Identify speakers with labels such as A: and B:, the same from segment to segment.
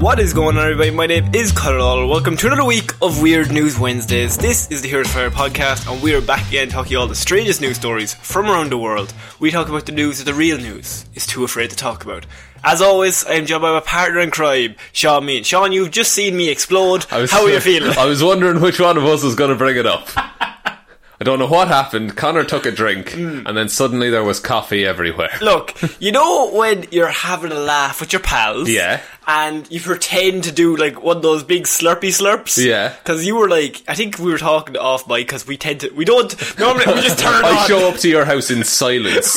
A: What is going on, everybody? My name is Carl. Welcome to another week of Weird News Wednesdays. This is the Heroes Fire podcast, and we are back again talking all the strangest news stories from around the world. We talk about the news that the real news is too afraid to talk about. As always, I am joined by my partner in crime, Sean Mean. Sean, you've just seen me explode. How are you feeling?
B: I was wondering which one of us was going to bring it up. I don't know what happened. Connor took a drink, and then suddenly there was coffee everywhere.
A: Mm. Look, you know when you're having a laugh with your pals,
B: Yeah.
A: and you pretend to do like one of those big slurpy slurps,
B: Yeah.
A: Because you were like, I think we were talking off mic because we tend to, we don't normally we just turn
B: I
A: on.
B: show up to your house in silence.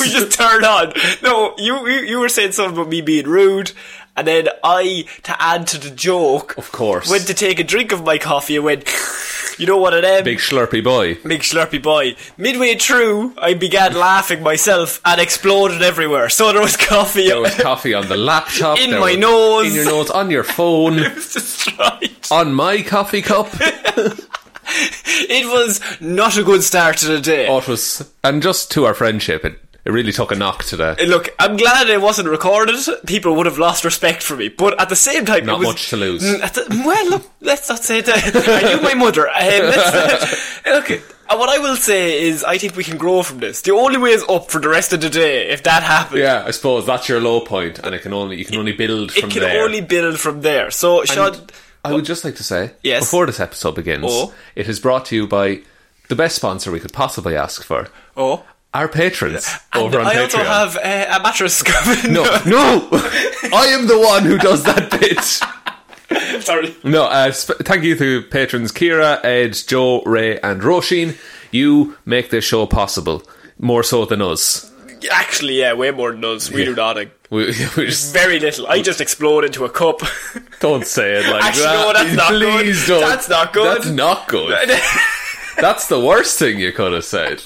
A: we just turn on. No, you, you you were saying something about me being rude, and then I, to add to the joke,
B: Of course.
A: went to take a drink of my coffee and went, you know what, it am.
B: Big slurpy boy.
A: Big slurpy boy. Midway through, I began laughing myself and exploded everywhere. So there was coffee.
B: There was coffee on the laptop.
A: In
B: there
A: my
B: was-
A: nose.
B: In your nose, on your phone,
A: was destroyed.
B: on my coffee cup.
A: It was not a good start to the day.
B: Oh, it was- and just to our friendship, it, it really took a knock today.
A: Look, I'm glad it wasn't recorded. People would have lost respect for me, but at the same time,
B: Not
A: it was,
B: much to lose.
A: Mm, at the- well, look, let's not say that. I knew my mother. Um, let's, look, uh, what I will say is, I think we can grow from this. The only way is up for the rest of the day if that happens.
B: Yeah, I suppose that's your low point, and it can only you can only build
A: It
B: from
A: can
B: there.
A: only build from there. So, Sean,
B: I would just like to say,
A: Yes.
B: before this episode begins,
A: Oh.
B: it is brought to you by the best sponsor we could possibly ask for,
A: oh,
B: our patrons over on
A: I
B: Patreon.
A: also have uh, a mattress coming.
B: no, no, I am the one who does that bit.
A: sorry.
B: No, uh, sp- thank you to patrons Kira, Ed, Joe, Ray, and Roisin. You make this show possible more so than us.
A: Actually, yeah, way more than us. We do nothing.
B: We, we just
A: Very little. I just explode into a cup.
B: don't say it like
A: Actually,
B: that.
A: no, that's not good.
B: Please don't.
A: That's not good.
B: That's not good. that's the worst thing you could have said.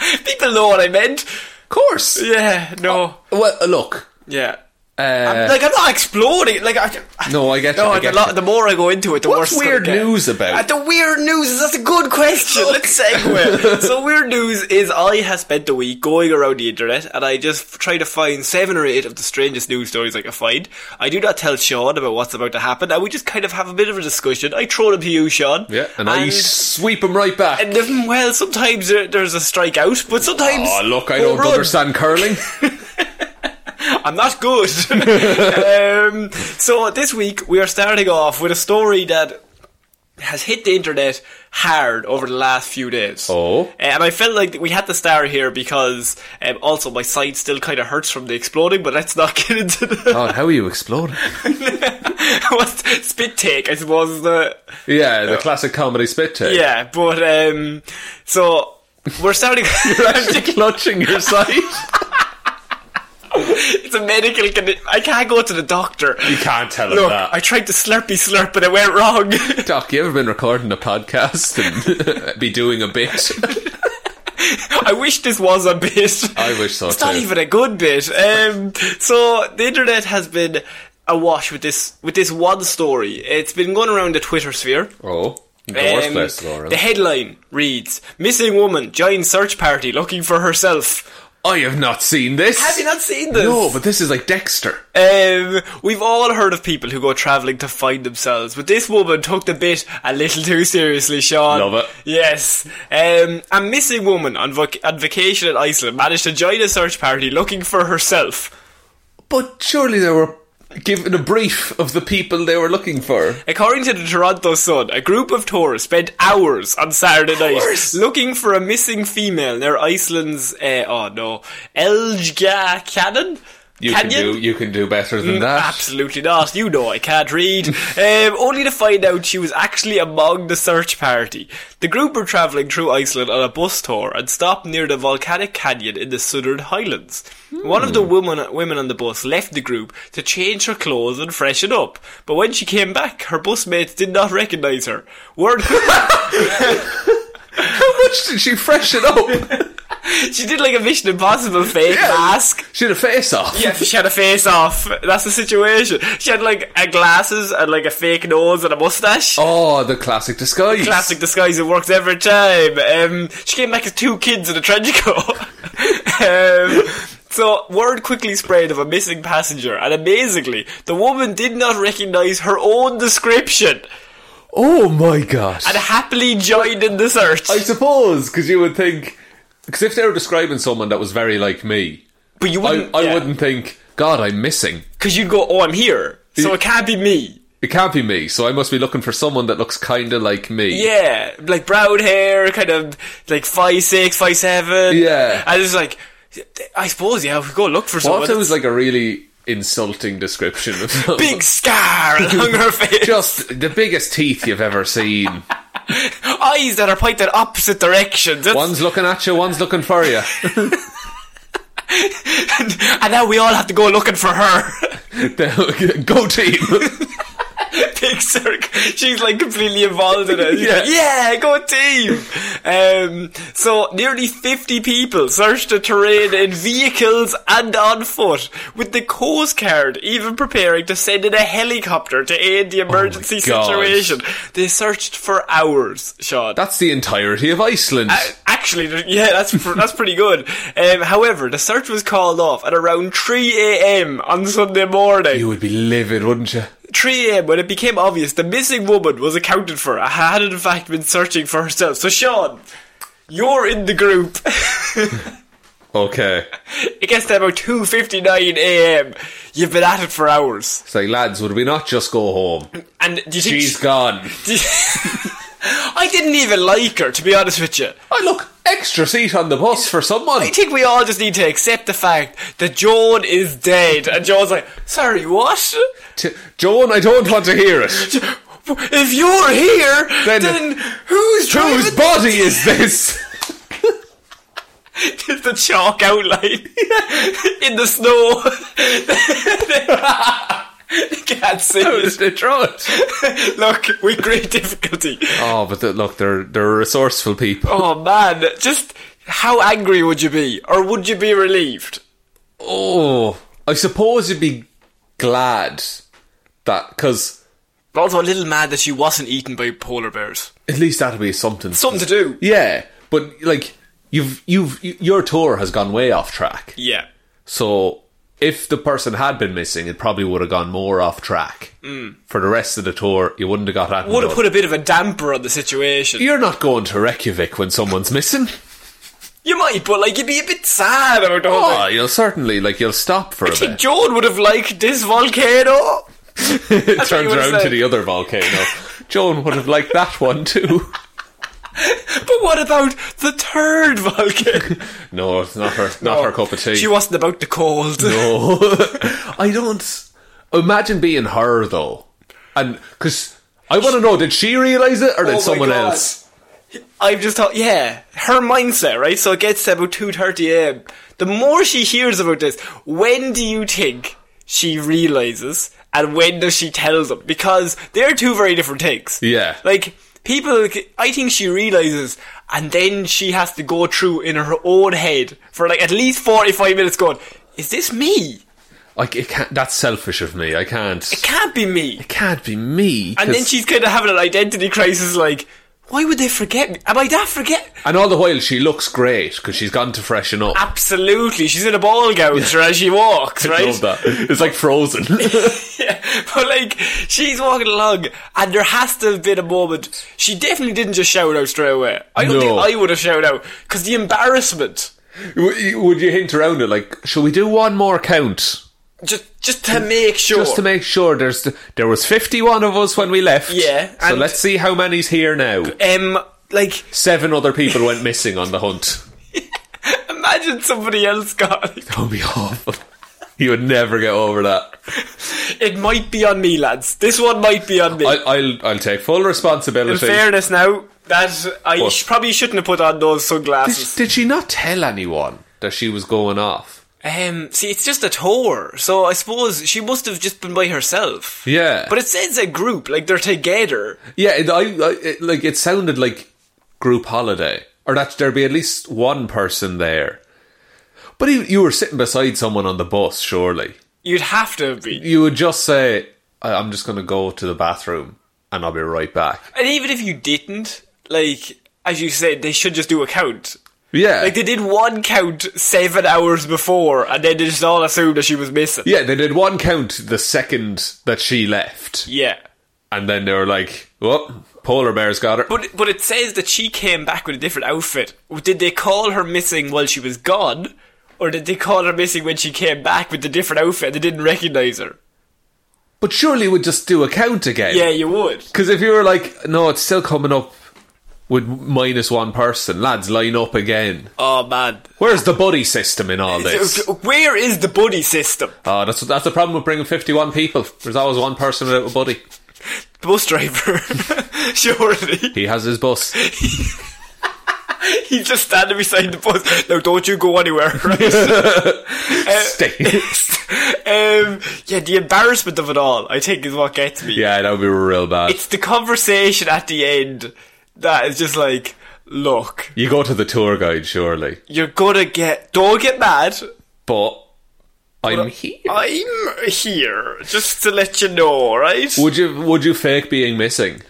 B: Of
A: People know what I meant.
B: course.
A: Yeah, no.
B: Well, uh, look.
A: Yeah.
B: Uh,
A: like, I'm not exploding. Like, I, I-
B: No, I get you,
A: No,
B: I
A: the,
B: get
A: lo-
B: you.
A: the more I go into it, the
B: What's
A: worse. it's
B: weird
A: gonna get.
B: news about?
A: Uh, the weird news is that's a good question. Let's segue. so, weird news is I have spent the week going around the internet and I just try to find seven or eight of the strangest news stories I can find. I do not tell Sean about what's about to happen, and we just kind of have a bit of a discussion. I throw them to you, Sean.
B: yeah, and, I sweep him right back.
A: And then, well, sometimes there, there's a strikeout, but sometimes.
B: oh, look, I
A: home
B: don't
A: run.
B: understand curling.
A: I'm not good. um, so this week we are starting off with a story that has hit the internet hard over the last few days. Uh,
B: Oh.
A: And I felt like we had to start here because um, also my side still kind of hurts from the exploding, but let's not get into the.
B: God, Oh, how are you exploding?
A: what's spit take, I suppose, is the.
B: Yeah, the classic comedy spit take.
A: Yeah, but um, so we're starting.
B: Actually clutching your side.
A: it's a medical condition. I can't go to the doctor.
B: You can't tell him
A: Look,
B: that.
A: I tried to slurpy slurp, but it went wrong.
B: Doc, you ever been recording a podcast and be doing a bit?
A: I wish this was a bit.
B: I wish so
A: It's not
B: too.
A: even a good bit. Um, so the internet has been awash with this with this one story. It's been going around the Twitter sphere.
B: Oh, the worst
A: Um,
B: place to go around.
A: the headline reads: "Missing woman joins search party looking for herself."
B: I have not seen this.
A: Have you not seen this?
B: No, but this is like Dexter.
A: Um, we've all heard of people who go travelling to find themselves, but this woman took the bit a little too seriously, Sean.
B: Love it.
A: Yes. Um, a missing woman on, voc- on vacation in Iceland managed to join a search party looking for herself.
B: But surely they were given a brief of the people they were looking for.
A: According to the Toronto Sun, a group of tourists spent hours on Saturday night looking for a missing female near Iceland's, uh, oh no, Elga Cannon?
B: You can do you can do better than that.
A: Mm, Absolutely not. You know I can't read. um, only to find out she was actually among the search party. The group were travelling through Iceland on a bus tour and stopped near the volcanic canyon in the Southern Highlands. One of the women women on the bus left the group to change her clothes and freshen up. But when she came back, her bus mates did not recognise her. Word.
B: How much did she freshen up?
A: she did like a Mission Impossible fake
B: Yeah.
A: mask.
B: she had a face off.
A: Yeah, she had a face off. That's the situation. She had like a glasses and like a fake nose and a mustache.
B: Oh, the classic disguise.
A: Classic disguise, it works every time. Um, she came back as two kids in a trench coat. um, so, word quickly spread of a missing passenger, and amazingly, the woman did not recognise her own description
B: Oh my god.
A: and happily joined in the search.
B: I suppose because you would think because if they were describing someone that was very like me,
A: but you
B: I,
A: wouldn't,
B: I wouldn't think. God, I'm missing.
A: because you'd go, "Oh, I'm here," so it can't be me.
B: It can't be me, so I must be looking for someone that looks kind of like me.
A: Yeah, like brown hair, kind of like five six, five seven.
B: Yeah.
A: and it's like, I suppose yeah, if we go look for
B: What
A: someone.
B: if it was like a really insulting description of someone?
A: big scar along her face.
B: just the biggest teeth you've ever seen.
A: eyes that are pointed opposite directions. It's-
B: One's looking at you, one's looking for you.
A: and, and now we all have to go looking for her.
B: Go team.
A: Big Cirque. She's like completely involved in it. She's
B: Yeah.
A: like, yeah, go team. Um, so nearly 50 people searched the terrain in vehicles and on foot, with the Coast Guard even preparing to send in a helicopter to aid
B: Oh
A: the emergency
B: God.
A: situation. They searched for hours, Sean.
B: That's the entirety of Iceland.
A: Uh, Actually, there- yeah, that's pr- that's pretty good. Um, however, the search was called off at around 3 a.m. on Sunday morning.
B: you would be livid, wouldn't you?
A: 3 a.m. when it became obvious the missing woman was accounted for and had in fact been searching for herself. So, Sean, you're in the group.
B: Okay.
A: it gets to about 2:59 a.m. You've been at it for hours,
B: It's like, lads, would we not just go home?
A: and do you think?
B: She's gone.
A: I didn't even like her, to be honest with you.
B: Oh, look, extra seat on the bus for someone.
A: I think we all just need to accept the fact that Joan is dead. And Joan's like, sorry, what?
B: T- Joan, I don't want to hear it.
A: If you're here,
B: Then-
A: then, who's
B: Whose
A: driving
B: body is this?
A: It's the chalk outline in the snow? they can't see
B: How did
A: it.
B: they draw it?
A: Look, with great difficulty.
B: Oh, but the, look, they're they're resourceful people.
A: Oh man, just how angry would you be, or would you be relieved?
B: Oh, I suppose you'd be glad that because
A: But also a little mad that she wasn't eaten by polar bears.
B: at least that'll be something.
A: Something to do.
B: yeah, but like you've you've y- your tour has gone way off track.
A: Yeah.
B: So if the person had been missing, it probably would have gone more off track. Mm. For the rest of the tour, you wouldn't have got that.
A: Would have
B: done.
A: put a bit of a damper on the situation.
B: You're not going to Reykjavik when someone's missing.
A: You might, but like you'd be a bit sad about the whole
B: Oh,
A: thing.
B: you'll certainly like you'll stop for a
A: I think
B: bit.
A: Joan would have liked this volcano.
B: It
A: what
B: turns
A: you were
B: around to
A: saying.
B: the other volcano. Joan would have liked that one too.
A: But what about the third Vulcan?
B: No, it's not her. Not her cup of tea.
A: She wasn't about the cold. Oh
B: No, I don't. Imagine being her though, and because I want to know, did she realize it or did
A: Oh my
B: someone
A: God.
B: else?
A: I've just thought, yeah, her mindset, right? So it gets to about 2.30 a.m. The more she hears about this, when do you think she realises and when does she tell them? Because they're two very different takes.
B: Yeah.
A: Like, people, I think she realises and then she has to go through in her own head for like at least 45 minutes going, is this me?
B: Like it can't. That's selfish of me. I can't.
A: It can't be me.
B: It can't be me.
A: And then
B: 'cause-
A: she's kind of having an identity crisis like, why would they forget me? Am I that forget?
B: And all the while, she looks great because she's gone to freshen up.
A: Absolutely, she's in a ball gown sure, as she walks, right?
B: Love that. It's like frozen.
A: Yeah, but like she's walking along, and there has to have been a moment. She definitely didn't just shout out straight away. I don't
B: No.
A: think I would have shouted out because the embarrassment.
B: W- you- Would you hint around it like, shall we do one more count
A: Just, just to make sure.
B: just to make sure? There's th- there was fifty one of us when we left.
A: Yeah,
B: so
A: and-
B: let's see how many's here now.
A: um, like
B: Seven other people went missing on the hunt.
A: imagine somebody else got.
B: That would be awful. You would never get over that.
A: It might be on me, lads. This one might be on me.
B: I, I'll I'll take full
A: In
B: responsibility.
A: fairness, now that I
B: What?
A: sh- probably shouldn't have put on those
B: Did,
A: sunglasses.
B: did she not tell anyone that she was going off?
A: Um, see, it's just a tour, so I suppose she must have just been by herself.
B: Yeah,
A: But it says a group, like they're together.
B: Yeah, it, I, I it, like it sounded like group holiday, or that there'd be at least one person there. But you, you were sitting beside someone on the bus, surely.
A: You'd have to be.
B: You would just say, "I- "I'm just going to go to the bathroom, and I'll be right back."
A: And even if you didn't, like, as you said, they should just do a count.
B: Yeah,
A: Like, they did one count seven hours before, and then they just all assumed that she was missing.
B: yeah, they did one count the second that she left,
A: Yeah.
B: and then they were like, "Oh, polar bear's got her."
A: But, but it says that she came back with a different outfit. Did they call her missing while she was gone? Or did they call her missing when she came back with a different outfit and they didn't recognise her?
B: But surely would just do a count again.
A: Yeah, you would.
B: Because if you were like, no, it's still coming up with minus one person, lads, line up again.
A: Oh, man.
B: Where's the buddy system in all this?
A: Where is the buddy system?
B: Oh, that's that's the problem with bringing fifty-one people. There's always one person without a buddy.
A: The bus driver. Surely.
B: He has his bus.
A: He's just standing beside the bus. No, don't you go anywhere, right?
B: Stay.
A: um, yeah, the embarrassment of it all, I think, is what gets me.
B: yeah, that would be real bad.
A: It's the conversation at the end that is just like, look,
B: You go to the tour guide, surely.
A: you're gonna get, don't get mad.
B: But
A: uh,
B: I'm here.
A: I'm here just to let you know, right?
B: Would you would you fake being missing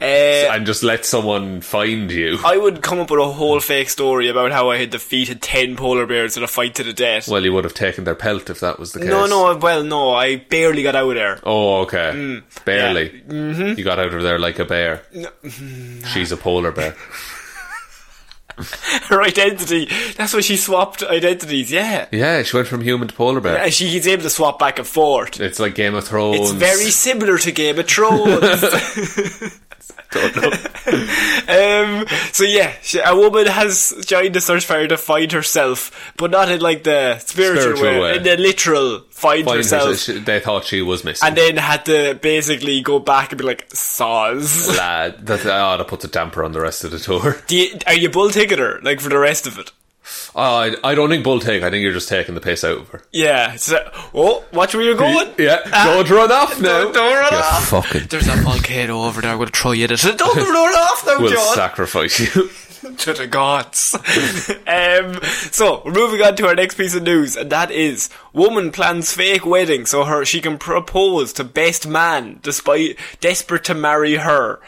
A: Uh,
B: and just let someone find you?
A: I would come up with a whole fake story about how I had defeated 10 polar bears in a fight to the death.
B: Well, you would have taken their pelt if that was the case.
A: No, Mm, no, well, no, I barely got out of there.
B: Oh, okay. Barely.
A: Mm-hmm.
B: You got out of there like a bear. She's a polar bear.
A: Her identity, that's why she swapped identities, yeah.
B: yeah, she went from human to polar bear.
A: And she's able to swap back and forth.
B: It's like Game of Thrones.
A: It's very similar to Game of Thrones. um, so yeah, she, a woman has joined the search fire to find herself, but not in like the spiritual,
B: Spiritual
A: way,
B: way.
A: in the literal find,
B: Find
A: herself,
B: herself- she- They thought she was missing.
A: and then had to basically go back and be like, "Saws,
B: Lad, that, oh, that puts a damper on the rest of the tour.
A: Do you, are you bull ticking her like for the rest of it?"
B: Oh, I, I don't think bull take. I think you're just taking the piss out of her.
A: Yeah. It's like, oh, watch where you're going.
B: Yeah, don't run off now.
A: Uh, Don't, don't run
B: You
A: off.
B: fucking-
A: There's that volcano over there. I'm going to throw you in it. Don't run off now,
B: We'll
A: John.
B: sacrifice you.
A: to the gods. um, so we're moving on to our next piece of news, and that is woman plans fake wedding so her she can propose to best man despite desperate to marry her.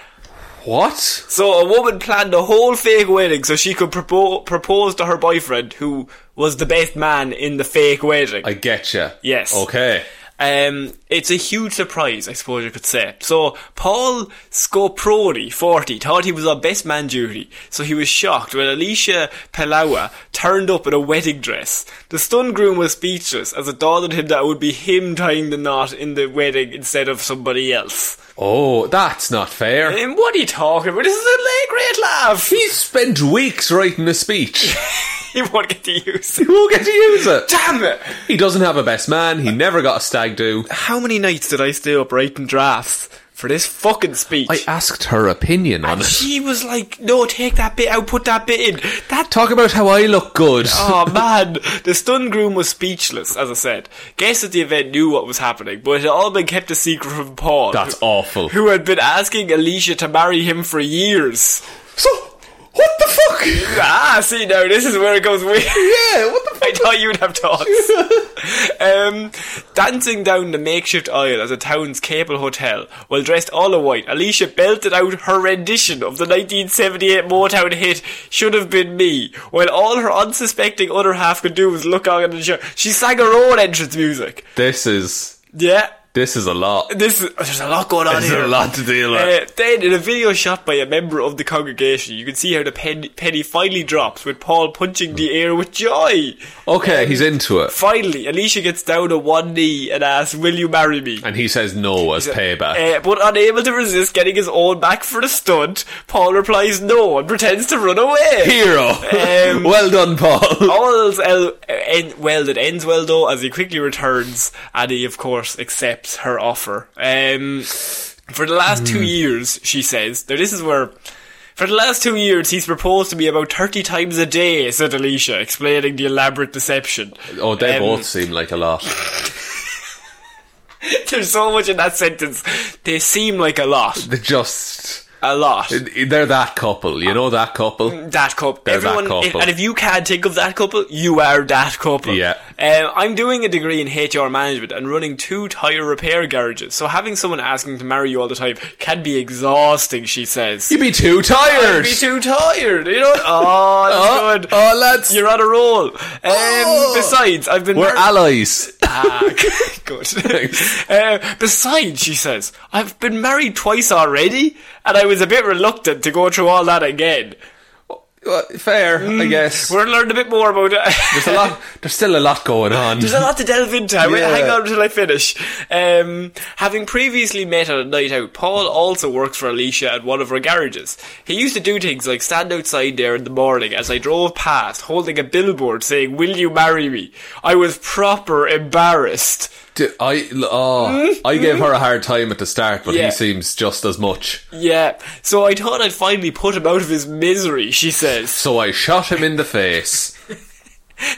B: what?
A: So a woman planned a whole fake wedding so she could propo- propose to her boyfriend who was the best man in the fake wedding.
B: I get you.
A: Yes.
B: Okay.
A: Um, it's a huge surprise, I suppose you could say. So, Paul Scoprodi, 40, thought he was on best man duty, so he was shocked when Alicia Pelawa turned up in a wedding dress. The stunned groom was speechless, as it dawned on him that it would be him tying the knot in the wedding instead of somebody else.
B: Oh, that's not fair.
A: And what are you talking about? This is a great laugh!
B: He spent weeks writing a speech.
A: He won't get to use
B: He
A: it.
B: won't get to use it.
A: Damn it!
B: He doesn't have a best man. He never got a stag do.
A: How many nights did I stay up writing drafts for this fucking speech?
B: I asked her opinion on
A: and
B: it.
A: she was like, no, take that bit out, put that bit in. That
B: Talk about how I look good.
A: Oh man, the stunned groom was speechless, as I said. Guests at the event knew what was happening, but it had all been kept a secret from Paul.
B: That's
A: who-
B: awful.
A: Who had been asking Alicia to marry him for years.
B: So, what the fuck?
A: Ah, see, now this is where it goes weird.
B: Yeah, what the
A: I thought you'd have thoughts. um, dancing down the makeshift aisle at the town's Capel Hotel, while dressed all in white, Alicia belted out her rendition of the 1978 Motown hit "Should Have Been Me," while all her unsuspecting other half could do was look on and shout. She sang her own entrance music.
B: This is
A: Yeah,
B: this is a lot. Eh.
A: this is, there's a lot going on
B: This is
A: here.
B: a lot to deal with.
A: Uh, then, in a video shot by a member of the congregation, you can see how the pen, penny finally drops with Paul punching the air with joy.
B: Okay, he's into it,
A: Finally, Alicia gets down on one knee and asks, Will you marry me?
B: and he says no as payback.
A: Uh, but unable to resist getting his own back for the stunt, Paul replies no and pretends to run away.
B: Hero.
A: um, oh,
B: well done, Paul.
A: All's el- en- well that ends well though, as he quickly returns and he, of course, accepts her offer. Um, for the last
B: Hmm.
A: two years, she says, now this is where. For the last two years, he's proposed to me about 30 times a day, said Alicia, explaining the elaborate deception.
B: Oh, they
A: Um,
B: both seem like a lot.
A: There's so much in that sentence. They seem like a lot.
B: They just
A: A lot.
B: they're that couple. You know that couple.
A: That couple.
B: They're that
A: Everyone, if-
B: couple.
A: and if you can't think of that couple, you are that couple.
B: Yeah.
A: Um, I'm doing a degree in HR management and running two tyre repair garages, so having someone asking to marry you all the time can be exhausting, she says.
B: You'd be too tired.
A: I'd be too tired, you know? Oh,
B: Oh,
A: that's good.
B: oh, lads.
A: You're on a roll. Um,
B: Oh.
A: Besides, I've been
B: We're
A: married-
B: allies.
A: Ah, good. Uh, besides, she says, I've been married twice already, and I was a bit reluctant to go through all that again.
B: Well, Fair, I guess.
A: Mm. We're gonna learn a bit more about it.
B: There's a lot. There's still a lot going on.
A: There's a lot to delve into. I will
B: Yeah.
A: hang on until I finish. Um, having previously met on a night out, Paul also works for Alicia at one of her garages. He used to do things like stand outside there in the morning as I drove past, holding a billboard saying, Will you marry me? I was proper embarrassed.
B: D- I oh, I gave her a hard time at the start, but
A: Mm. Yeah.
B: he seems just as much.
A: Yeah, so I thought I'd finally put him out of his misery, she says.
B: So I shot him in the face.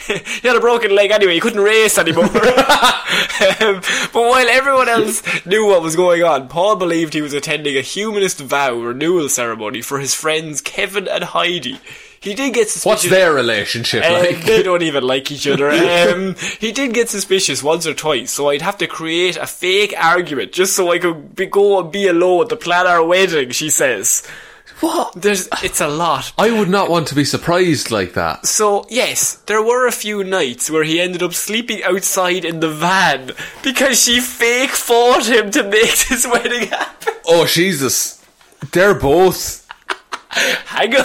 A: He had a broken leg anyway, he couldn't race anymore. um, but while everyone else knew what was going on, Paul believed he was attending a humanist vow renewal ceremony for his friends Kevin and Heidi. He did get suspicious.
B: What's their relationship
A: Um,
B: like?
A: they don't even like each other. Um, he did get suspicious once or twice, so I'd have to create a fake argument just so I could be, go and be alone to plan our wedding, she says.
B: What?
A: There's, it's a lot.
B: I would not want to be surprised like that.
A: So, yes, there were a few nights where he ended up sleeping outside in the van because she fake fought him to make this wedding happen.
B: Oh Jesus! They're both.
A: Hang on.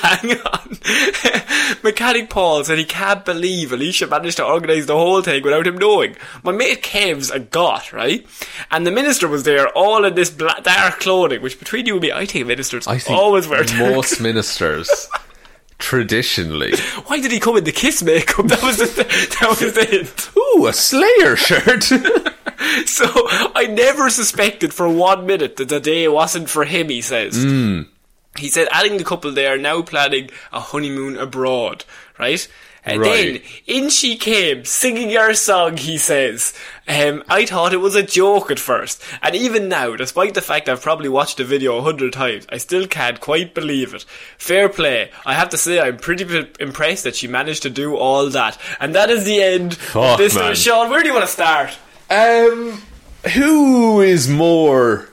A: Hang on. Mechanic Paul said he can't believe Alicia managed to organise the whole thing without him knowing. My mate Kev's a god, right? And the minister was there all in this black, dark clothing, which between you and me, I think ministers
B: I think
A: always wear dark
B: most ministers traditionally.
A: Why did he come in the kiss makeup? That was the, that was it.
B: Ooh, a Slayer shirt.
A: So I never suspected for one minute that the day wasn't for him, he says.
B: Hmm.
A: He said, adding the couple, they are now planning a honeymoon abroad, right? And then
B: Right.
A: in she came, singing our song, he says. Um, I thought it was a joke at first. And even now, despite the fact I've probably watched the video a hundred times, I still can't quite believe it. Fair play. I have to say, I'm pretty p- impressed that she managed to do all that. And that is the end
B: Fuck,
A: of this.
B: man.
A: Sean, where do you want to start?
B: um, who is more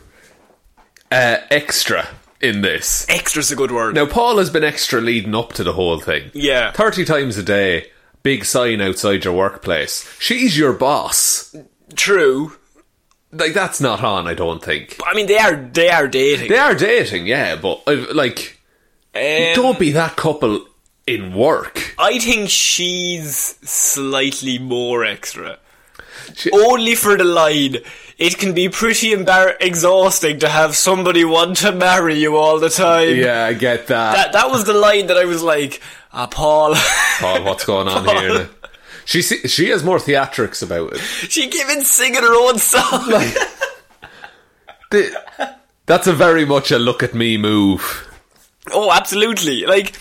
B: uh, extra in this?
A: Extra's a good word.
B: Now, Paul has been extra leading up to the whole thing.
A: Yeah.
B: 30 times a day, big sign outside your workplace. She's your boss.
A: True.
B: Like that's not on. I don't think
A: I mean, they are they are dating.
B: they are dating. Yeah, but I've- like,
A: Um,
B: don't be that couple in work.
A: I think she's slightly more extra.
B: She-
A: Only for the line. It can be pretty embar- exhausting to have somebody want to marry you all the time.
B: Yeah, I get
A: That that was the line that I was like, ah, Paul.
B: Paul, what's going on here? now? She se- she has more theatrics about it.
A: she came in singing her own song.
B: The- that's a very much a look at me move.
A: oh, absolutely. Like,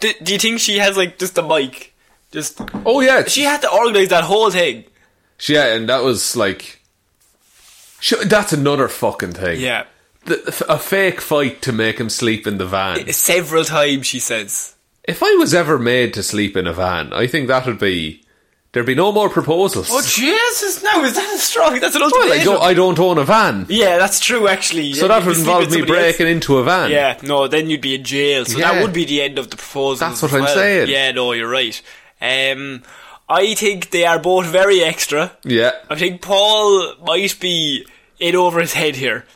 A: do, do you think she has like just a mic? Just
B: Oh yeah,
A: she had to organize that whole thing.
B: she, yeah, and that was like, sh that's another fucking thing.
A: Yeah,
B: The- f- a fake fight to make him sleep in the van.
A: several times she says.
B: If I was ever made to sleep in a van, I think that would be there'd be no more proposals.
A: Oh Jesus! No, is that a strong? That's an
B: Well,
A: ultimatum.
B: Oh I don't, I don't own a van,
A: Yeah, that's true. Actually,
B: so
A: Yeah,
B: that
A: if
B: would
A: you sleep
B: involve
A: with
B: me
A: somebody else-
B: breaking into a van.
A: Yeah, no, then you'd be in jail. So
B: Yeah.
A: that would be the end of the proposal.
B: That's what I'm saying.
A: Yeah, no, you're right. Um, I think they are both very extra.
B: yeah.
A: I think Paul might be in over his head here.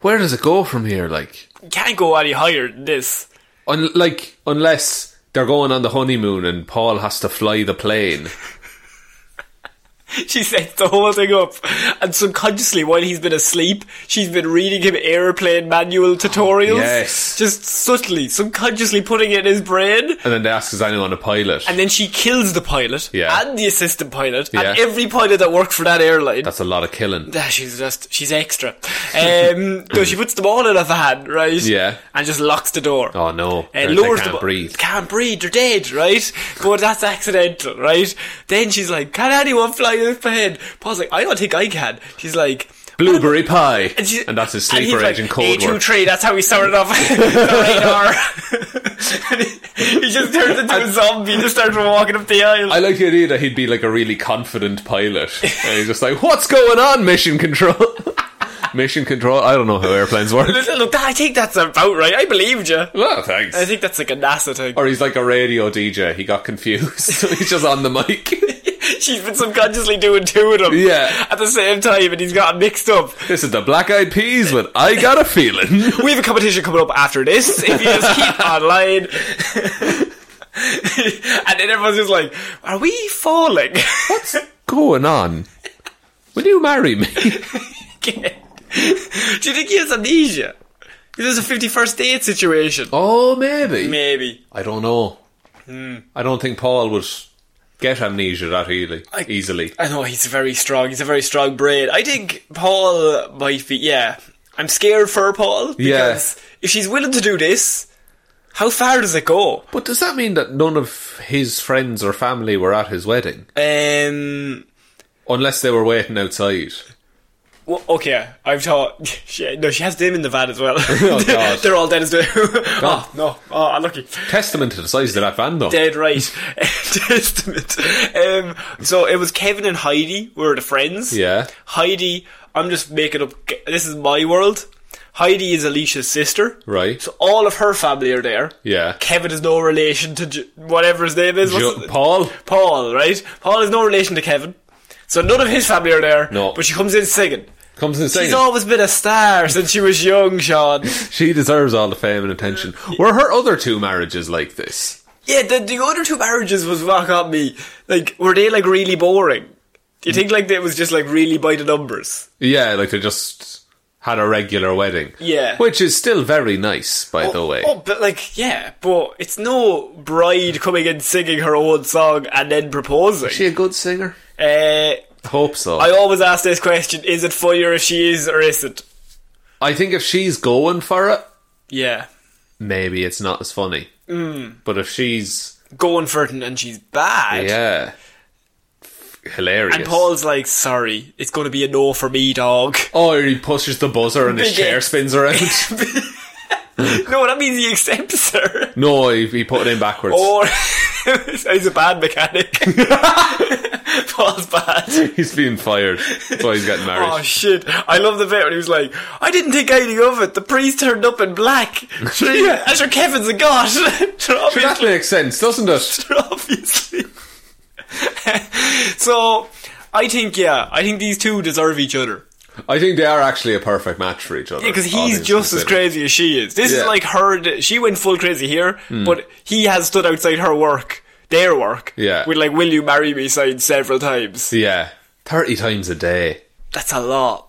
B: Where does it go from here? Like,
A: Can't go any higher than this.
B: un- like unless they're going on the honeymoon and Paul has to fly the plane.
A: She sets the whole thing up, and subconsciously, while he's been asleep, she's been reading him airplane manual tutorials.
B: Yes.
A: just subtly, subconsciously putting it in his brain.
B: And then they ask, is anyone a pilot?
A: And then she kills the pilot
B: Yeah.
A: and the assistant pilot and
B: Yeah.
A: every pilot that worked for that airline.
B: That's a lot of killing.
A: Ah, she's just she's extra. Um, no, she puts them all in a van, right?
B: Yeah.
A: and just locks the door.
B: Oh no.
A: And
B: They
A: lowers
B: can't
A: them-
B: breathe.
A: Can't breathe. They're dead, right? But that's accidental, right? Then she's like, "Can anyone fly this plane?" Paul's like, "I don't think I can." She's like,
B: Blueberry pie.
A: and, she-
B: And that's his
A: and he's
B: sleeper
A: like,
B: agent code word.
A: 823, That's how we started off the radar. and he, he just turns into a zombie and just starts walking up the aisle.
B: I like the idea that he'd be like a really confident pilot. And he's just like, what's going on, mission control? mission control? I don't know how airplanes work.
A: Look, look, I think that's about right. I believed you.
B: well, thanks.
A: I think that's like a NASA thing.
B: or he's like a radio DJ. He got confused. so he's just on the mic.
A: She's been subconsciously doing two of them.
B: Yeah.
A: At the same time, and he's gotten mixed up.
B: this is the Black Eyed Peas with I Got a Feeling.
A: We have a competition coming up after this. If you just keep online. and then everyone's just like, are we falling?
B: What's going on? Will you marry me?
A: Do you think he has amnesia? This is a 51st date situation.
B: Oh, maybe.
A: Maybe.
B: I don't know.
A: Hmm.
B: I don't think Paul would get amnesia that easily. easily.
A: I know he's very strong. He's a very strong brain. I think Paul might be. Yeah, I'm scared for Paul because if she's willing to do this, how far does it go?
B: But does that mean that none of his friends or family were at his wedding?
A: Um.
B: Unless they were waiting outside.
A: Well, okay, I've taught. She, no, she has them in the van as well.
B: Oh, God.
A: They're all dead as well. oh no! Oh, unlucky.
B: Testament to the size of that van, though.
A: Dead right. Testament. Um, so it was Kevin and Heidi were the friends.
B: Yeah.
A: Heidi, I'm just making up. This is my world. Heidi is Alicia's sister.
B: Right.
A: So all of her family are there.
B: Yeah.
A: Kevin is no relation to J- whatever his name is. What's
B: Jo-
A: it-
B: Paul?
A: Paul, right? Paul is no relation to Kevin. So none of his family are there.
B: No.
A: But she comes in singing.
B: Comes and
A: She's
B: sings.
A: always been a star since she was young, Sean.
B: she deserves all the fame and attention. Were her other two marriages like this?
A: yeah, the, the other two marriages was rock on me. Like, were they like really boring? Do you think like they was just like really by the numbers?
B: Yeah, like they just had a regular wedding.
A: Yeah.
B: Which is still very nice, by the way.
A: Oh, but like, yeah, but it's no bride coming in singing her own song and then proposing.
B: a good singer?
A: uh,
B: Hope so.
A: I always ask this question: Is it funnier if she is or isn't?
B: I think if she's going for it,
A: Yeah,
B: maybe it's not as funny. But if she's
A: going for it and- Hmm. and she's bad.
B: yeah, hilarious.
A: And Paul's like, "Sorry, it's going to be a no for me, dog."
B: oh, he pushes the buzzer and
A: Big
B: his chair
A: X.
B: spins around.
A: no, that means he accepts her.
B: no, he, he put it in backwards.
A: Or he's a bad mechanic. Paul's bad.
B: He's being fired. That's why he's getting married.
A: Oh shit! I love the bit when he was like, "I didn't think anything of it. The priest turned up in black.
B: Yeah.
A: I'm sure Kevin's a god. Sure,
B: Sure, that
A: obviously-
B: makes sense, doesn't it?
A: obviously. so I think, yeah, I think these two deserve each other.
B: I think they are actually a perfect match for each other.
A: Because
B: all
A: he's
B: things
A: just as
B: considered.
A: crazy as she is. This
B: Yeah. Hmm.
A: is like her. d- She went full crazy here, but he has stood outside her work, their work.
B: Yeah.
A: With like, "Will you marry me?" signs several times.
B: Yeah, thirty times a day.
A: That's a lot.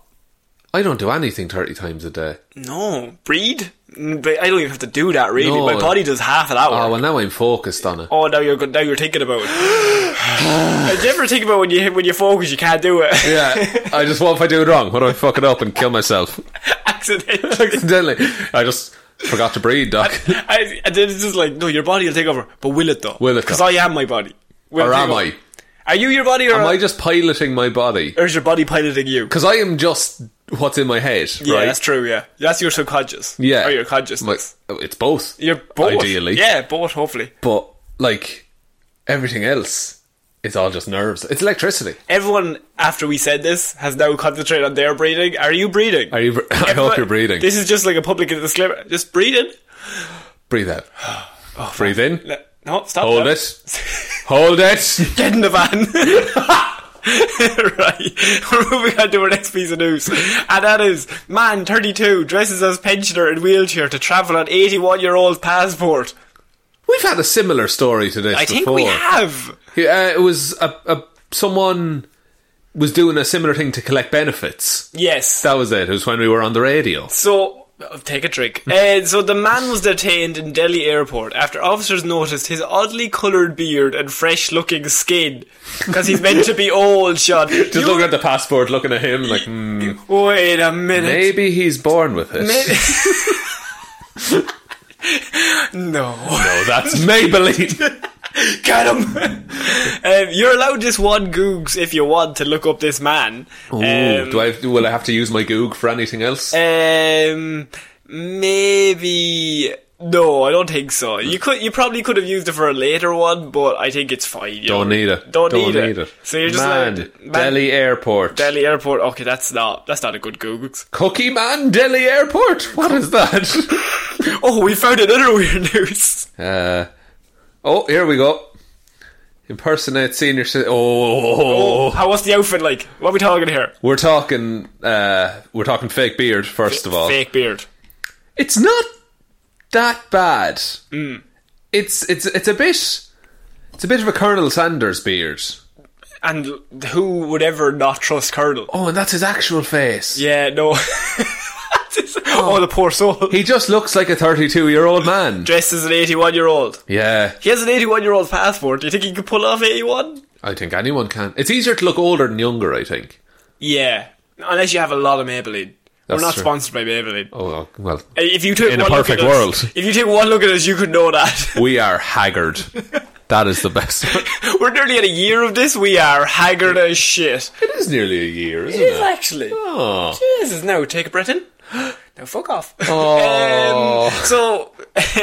B: I don't do anything thirty times a day.
A: No, breed. Mm, But I don't even have to do that really.
B: No.
A: My body does half an hour.
B: Oh, well, now I'm focused on it.
A: Oh, now you're go- now you're thinking about it. Did you ever think about when you when you focus, you can't do it
B: Yeah, I just what if I do it wrong? What if I fuck it up and kill myself
A: accidentally?
B: accidentally? I just forgot to breathe, doc.
A: I, and then it's just like, no, your body will take over, but will it though?
B: Will it
A: Because
B: though?
A: I am my body. Will
B: Or
A: it take
B: am
A: over?
B: I?
A: Are you your body, or
B: Am I just piloting my body?
A: or is your body piloting you?
B: Because I am just what's in my head,
A: Yeah,
B: right?
A: that's true. Yeah, that's your subconscious.
B: Yeah,
A: or your consciousness.
B: My- oh, it's both.
A: you're both.
B: ideally.
A: yeah, both. Hopefully,
B: but like everything else, it's all just nerves. It's electricity.
A: everyone after we said this has now concentrated on their breathing. Are you breathing?
B: Are you? br- I hope
A: Everyone-
B: you're breathing.
A: This is just like a public disclaimer. Just breathing.
B: Breathe out.
A: Oh,
B: Breathe in.
A: No, stop.
B: Hold
A: that.
B: it. Hold it.
A: Get in the van. right, we're moving on to our next piece of news, and that is man 32 dresses as pensioner in wheelchair to travel on 81 year old passport.
B: We've had a similar story to this
A: I think
B: before.
A: we have.
B: Yeah, uh, it was a, a someone was doing a similar thing to collect benefits.
A: Yes,
B: That was it. It was when we were on the radio.
A: So, oh, take a drink. Uh, so, the man was detained in Delhi airport after officers noticed his oddly coloured beard and fresh looking skin. Because he's meant to be old, Sean.
B: Just looking at the passport, looking at him like, hmm,
A: Wait a minute.
B: maybe he's born with it.
A: no.
B: no, that's Maybelline.
A: Get him! um, you're allowed just one Googs if you want to look up this man.
B: Ooh, do I? Have, will I have to use my Goog for anything else?
A: Um, maybe. No, I don't think so. You could, you probably could have used it for a later one, but I think it's fine. you
B: Don't
A: know.
B: need it.
A: Don't, need, it. So you're just
B: man,
A: like man,
B: Delhi Airport.
A: Delhi Airport. Okay, that's not that's not a good Google.
B: Cookie Man Delhi Airport. What is that?
A: Oh, we found another weird news.
B: uh, oh, here we go. Impersonate senior. Ci- oh,
A: Oh, how was the outfit like? What are we talking here?
B: we're talking. Uh, we're talking fake beard first of all.
A: Fake beard.
B: It's not that bad.
A: Hmm.
B: It's it's it's a bit. It's a bit of a Colonel Sanders beard.
A: And who would ever not trust Colonel?
B: Oh, and that's his actual face.
A: Yeah, no. oh, the poor soul.
B: He just looks like a 32 year old man.
A: Dressed as an 81 year old.
B: Yeah,
A: He has an 81 year old passport. Do you think he could pull off 81?
B: I think anyone can. It's easier to look older than younger, I think.
A: Yeah. Unless you have a lot of Maybelline.
B: That's
A: We're not
B: true.
A: sponsored by Maybelline. Uh,
B: Oh, well,
A: If you took
B: In a
A: one look at
B: perfect
A: us-
B: world.
A: if you take one look at us, you could know that.
B: we are haggard. that is the best. it
A: We're nearly at a year of this. We are haggard as shit.
B: is nearly a year, isn't
A: It is actually.
B: Oh.
A: Jesus, no, take a breath in. Now fuck off.
B: Oh.
A: Um, so,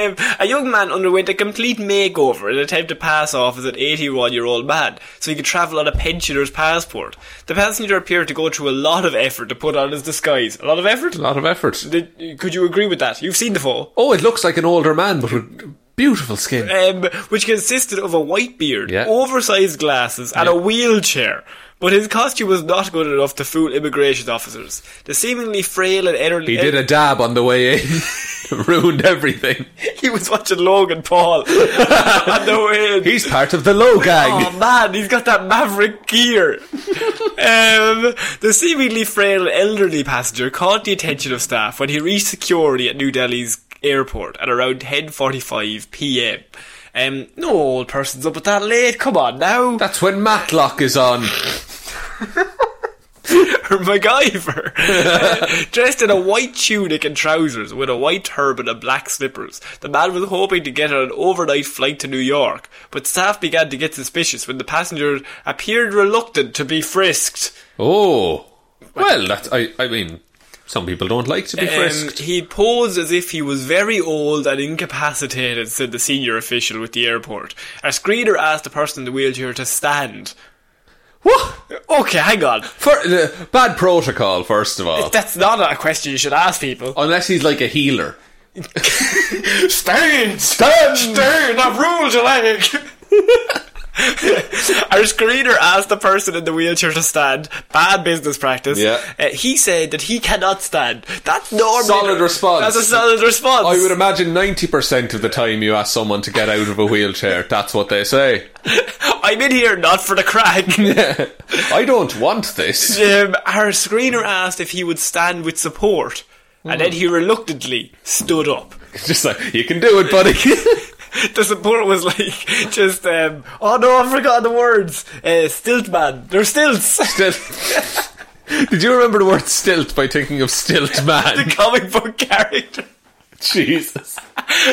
A: um, a young man underwent a complete makeover in an attempt to pass off as an 81 year old man so he could travel on a pensioner's passport. The passenger appeared to go through a lot of effort to put on his disguise. A lot of effort?
B: A lot of effort.
A: Did- Could you agree with that? You've seen the photo.
B: Oh, it looks like an older man, but with beautiful skin.
A: um, which consisted of a white beard,
B: Yeah.
A: oversized glasses, and a wheelchair. But his costume was not good enough to fool immigration officers. The seemingly frail and elderly.
B: He did a dab on the way in, ruined everything.
A: He was watching Logan Paul on the way in.
B: He's part of the low
A: Oh
B: gang.
A: man, he's got that maverick gear. um, the seemingly frail elderly passenger caught the attention of staff when he reached security at New Delhi's airport at around 10:45 p.m. Um, no old person's up at that late. Come on now,
B: That's when Matlock is on.
A: or MacGyver, Uh, dressed in a white tunic and trousers with a white turban and black slippers. The man was hoping to get on an overnight flight to New York, but staff began to get suspicious when the passenger appeared reluctant to be frisked.
B: Oh. Well, that's, I, I mean, some people don't like to be
A: Um,
B: frisked.
A: he posed as if he was very old and incapacitated, said the senior official with the airport. A screener asked the person in the wheelchair to stand.
B: What?
A: Okay, hang on.
B: For, uh, bad protocol, first of all.
A: That's not a question you should ask people.
B: Unless he's like a healer.
A: Stand!
B: Stand!
A: Stern, I've ruled your leg. Our screener asked the person in the wheelchair to stand. Bad business practice.
B: Yeah.
A: Uh, he said that he cannot stand. That's normally
B: Solid response.
A: That's a solid response.
B: I would imagine 90% of the time you ask someone to get out of a wheelchair, that's what they say.
A: I'm in here not for the crack.
B: I don't want this.
A: um, our screener asked if he would stand with support, and then he reluctantly stood up.
B: Just like, you can do it, buddy.
A: The support was like, just, um, oh no, I forgot the words. Uh, stilt man. They're stilts.
B: Stilt. Did you remember the word stilt by thinking of stilt man?
A: Comic book character.
B: Jesus.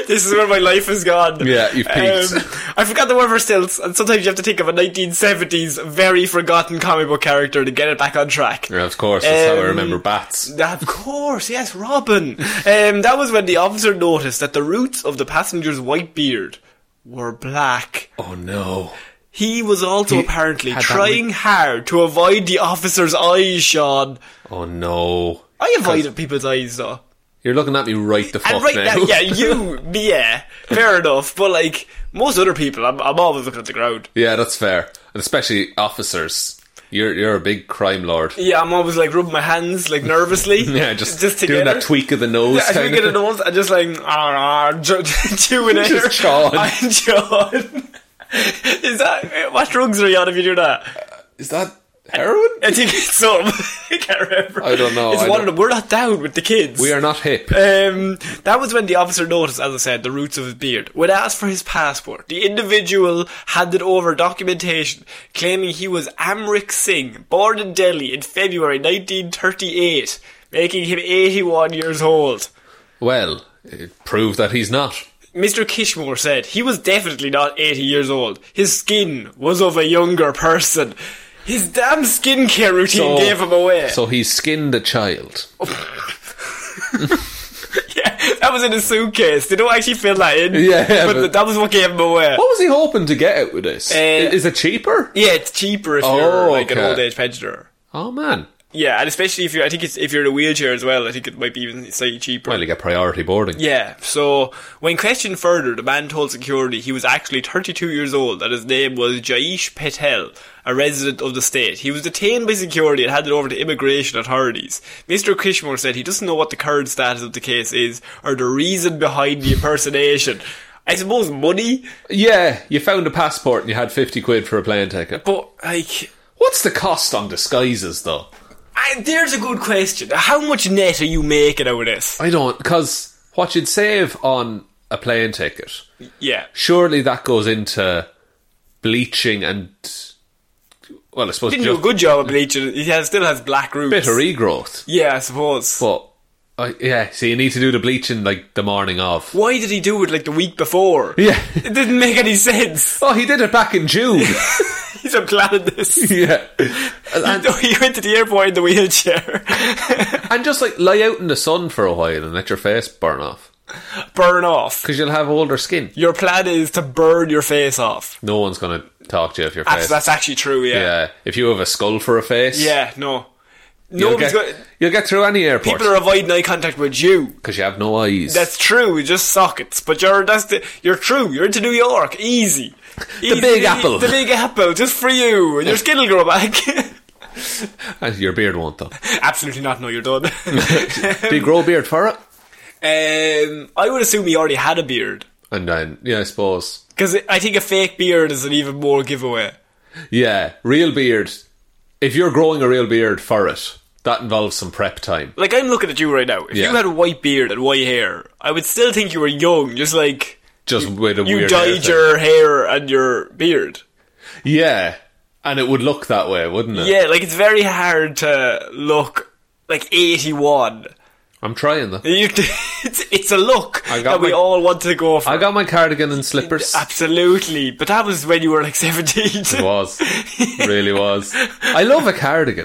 A: This is where my life has gone. Um,
B: Yeah, you've peaked.
A: I forgot the word for stilts, and sometimes you have to think of a 1970s very forgotten comic book character to get it back on track.
B: Yeah, of course, that's how I
A: Um,
B: remember bats.
A: Of course, yes, Robin. Um, that was when the officer noticed that the roots of the passenger's white beard were black.
B: Oh no.
A: He was also
B: He
A: apparently
B: had that
A: trying hard to avoid the officer's eyes, Sean.
B: Oh no.
A: I avoided people's eyes, though.
B: You're looking at me right the fuck
A: And right
B: now.
A: now, yeah, you, me, yeah, fair enough. But like most other people, I'm, I'm always looking at the ground.
B: Yeah, that's fair. And especially officers. You're you're a big crime lord.
A: Yeah, I'm always like rubbing my hands like nervously.
B: Yeah, just,
A: just
B: doing
A: together.
B: that tweak of the nose.
A: Yeah, I
B: kind
A: think it
B: of.
A: annoys. I just like ah, ah, ju- chewing it.
B: Just chawing.
A: I'm chawing. Is that what drugs are you on if you do that?
B: Is that heroin?
A: I think it's some. I can't remember.
B: I don't know,
A: It's
B: I
A: one
B: don't-
A: of them. We're not down with the kids.
B: We are not hip.
A: Um, that was when the officer noticed, as I said, the roots of his beard. When asked for his passport, the individual handed over documentation claiming he was Amrik Singh, born in Delhi in February 1938, making him 81 years old.
B: Well, it proved that he's not.
A: Mr. Kishmore said he was definitely not 80 years old. His skin was of a younger person. His damn skincare routine gave him away.
B: So he skinned a child.
A: yeah, that was in his suitcase. They don't actually fill that in.
B: Yeah,
A: but,
B: but- Oh.
A: that was what gave him away.
B: What was he hoping to get out with this? I- Is it cheaper?
A: Yeah, it's cheaper if
B: Oh,
A: you're like an
B: okay.
A: old age pensioner.
B: Oh man.
A: Yeah, and especially if you're, I think it's, if you're in a wheelchair as well, I think it might be even slightly cheaper.
B: Well, you get priority boarding.
A: yeah, so when questioned further, the man told security he was actually 32 years old and his name was Jaish Patel, a resident of the state. He was detained by security and handed over to immigration authorities. Mr. Kishmore said he doesn't know what the current status of the case is or the reason behind the impersonation. I suppose money,
B: Yeah, you found a passport and you had 50 quid for a plane ticket.
A: but like,
B: What's the cost on disguises though?
A: I, there's a good question. How much net are you making out of this?
B: I don't, because what you'd save on a plane ticket,
A: Yeah.
B: surely that goes into bleaching and, well, I suppose
A: Didn't do
B: just
A: a good job of bleaching. it. He has, still has black roots.
B: bitter regrowth.
A: Yeah, I suppose.
B: But, uh, yeah, so you need to do the bleaching like the morning of.
A: Why did he do it like the week before?
B: Yeah.
A: It didn't make any sense.
B: Oh, he did it back in June.
A: He's a planning this.
B: yeah.
A: And he went to the airport in the wheelchair.
B: And just like lie out in the sun for a while and let your face burn off.
A: burn off.
B: Because you'll have older skin.
A: Your plan is to burn your face off.
B: No one's going to talk to you if your
A: That's,
B: face.
A: that's actually true, yeah.
B: yeah. If you have a skull for a face.
A: Yeah, no.
B: You'll
A: Nobody's
B: get,
A: got.
B: you'll get through any airport.
A: People are avoiding eye contact with you.
B: Because you have no eyes.
A: That's true. Just sockets, but you're that's the, you're true. You're into New York, easy. Easy,
B: Big Apple.
A: the Big Apple, just for you. And your skin will grow back.
B: Uh, Your beard won't, though.
A: Absolutely not. No, you're done.
B: Big grow beard for it.
A: um, I would assume he already had a beard
B: And then, yeah, I suppose.
A: because I think a fake beard is an even more giveaway.
B: Yeah, real beard. If you're growing a real beard for it, that involves some prep time.
A: Like I'm looking at you right now. If
B: Yeah.
A: you had a white beard and white hair, I would still think you were young. Just like
B: Just with a
A: you
B: weird. hair
A: dyed
B: thing.
A: your hair and your beard.
B: Yeah. And it would look that way, wouldn't it?
A: Yeah, like it's very hard to look like 81.
B: I'm trying, though.
A: You, it's, it's a look
B: I got
A: that we
B: my-
A: all want to go for.
B: I got my cardigan and slippers.
A: Absolutely, but that was when you were like 17.
B: It was. really was. I love a cardigan.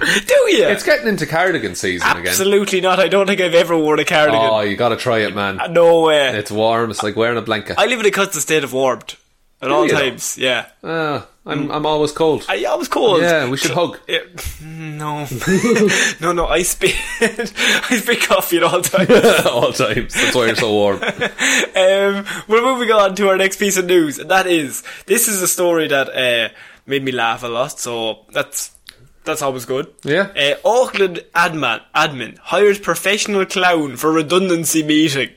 A: Do you?
B: It's getting into cardigan season again.
A: Absolutely not. I don't think I've ever worn a cardigan.
B: Oh, you gotta try it, man.
A: no way.
B: It's warm. It's like wearing a blanket.
A: I live in a constant state of warmth. at all
B: you know.
A: times. Yeah,
B: Uh, I'm, I'm always cold.
A: Mm. I, I was cold.
B: Yeah, we should hug.
A: Yeah. No, no, no. I spit, I spit coffee at all times.
B: all times. That's why you're so warm.
A: um, we're moving on to our next piece of news, and that is this is a story that uh, made me laugh a lot. So that's that's always good.
B: Yeah.
A: Uh, Auckland admin admin hires professional clown for redundancy meeting.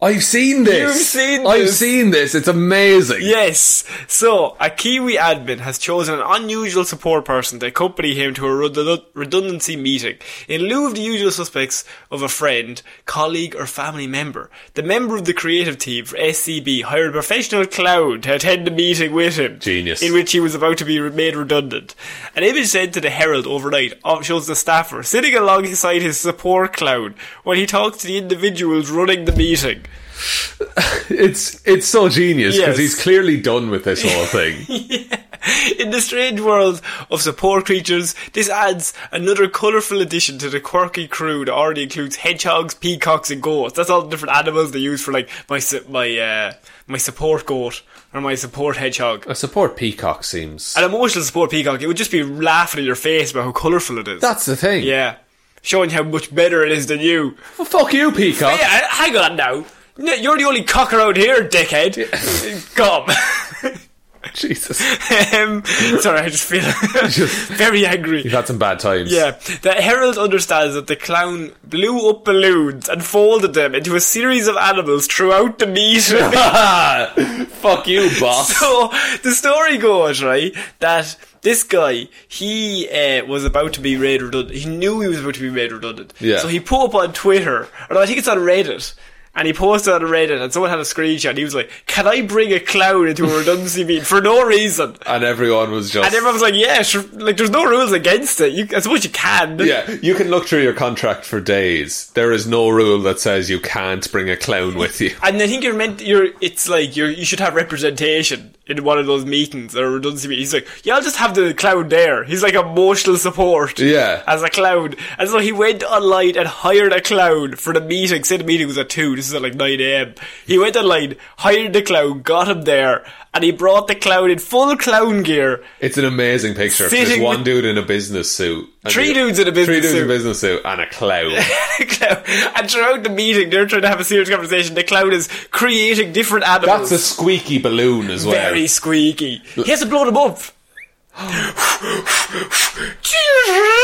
B: I've seen this.
A: You've seen
B: I've
A: this.
B: seen this. It's amazing.
A: Yes. So a Kiwi admin has chosen an unusual support person to accompany him to a redu- redundancy meeting in lieu of the usual suspects of a friend, colleague, or family member. The member of the creative team for SCB hired a professional clown to attend the meeting with him.
B: Genius.
A: In which he was about to be re- made redundant. An image sent to the Herald overnight of- shows the staffer sitting alongside his support clown while he talks to the individuals running the meeting.
B: It's it's so genius
A: Yes.
B: because he's clearly done with this whole thing.
A: In the strange world of support creatures, this adds another colourful addition to the quirky crew that already includes hedgehogs, peacocks, and goats. That's all the different animals they use for like my su- my uh, my support goat or my support hedgehog.
B: A support peacock seems.
A: An emotional support peacock, it would just be laughing in your face about how colourful it is.
B: That's the thing.
A: yeah, showing how much better it is than you.
B: Well, fuck you, peacock.
A: Yeah, hang on now. No, You're the only cock around here, dickhead. Come.
B: Jesus.
A: um, sorry, I just feel very angry.
B: You've had some bad times.
A: Yeah, the Herald understands that the clown blew up balloons and folded them into a series of animals throughout the meeting.
B: fuck you, boss.
A: so the story goes right that this guy he uh, was about to be made redundant. He knew he was about to be made redundant.
B: Yeah.
A: So he put up on Twitter, or no, I think it's on Reddit. And he posted on Reddit, and someone had a screenshot. He was like, "Can I bring a clown into a redundancy meeting for no reason?"
B: and everyone was just.
A: And everyone was like, "Yeah, sure. like there's no rules against it. You, I suppose you can."
B: yeah, you can look through your contract for days. There is no rule that says you can't bring a clown with you.
A: And I think you're meant. You're. It's like you. are You should have representation in one of those meetings or redundancy meetings. He's like, yeah, I'll just have the clown there. He's like emotional support.
B: Yeah.
A: As a clown, and so he went online and hired a clown for the meeting. Say the meeting was at two. This is at like nine a.m. He went online, hired the clown, got him there, and he brought the clown in full clown gear.
B: It's an amazing picture.
A: Sitting
B: There's one
A: with-
B: dude in a business suit. and
A: Three
B: the-
A: dudes in a business
B: Three dudes in
A: suit.
B: a business suit and a clown.
A: clown. And throughout the meeting, they're trying to have a serious conversation. The clown is creating different animals.
B: That's a squeaky balloon as well.
A: very squeaky. He has to blow them up.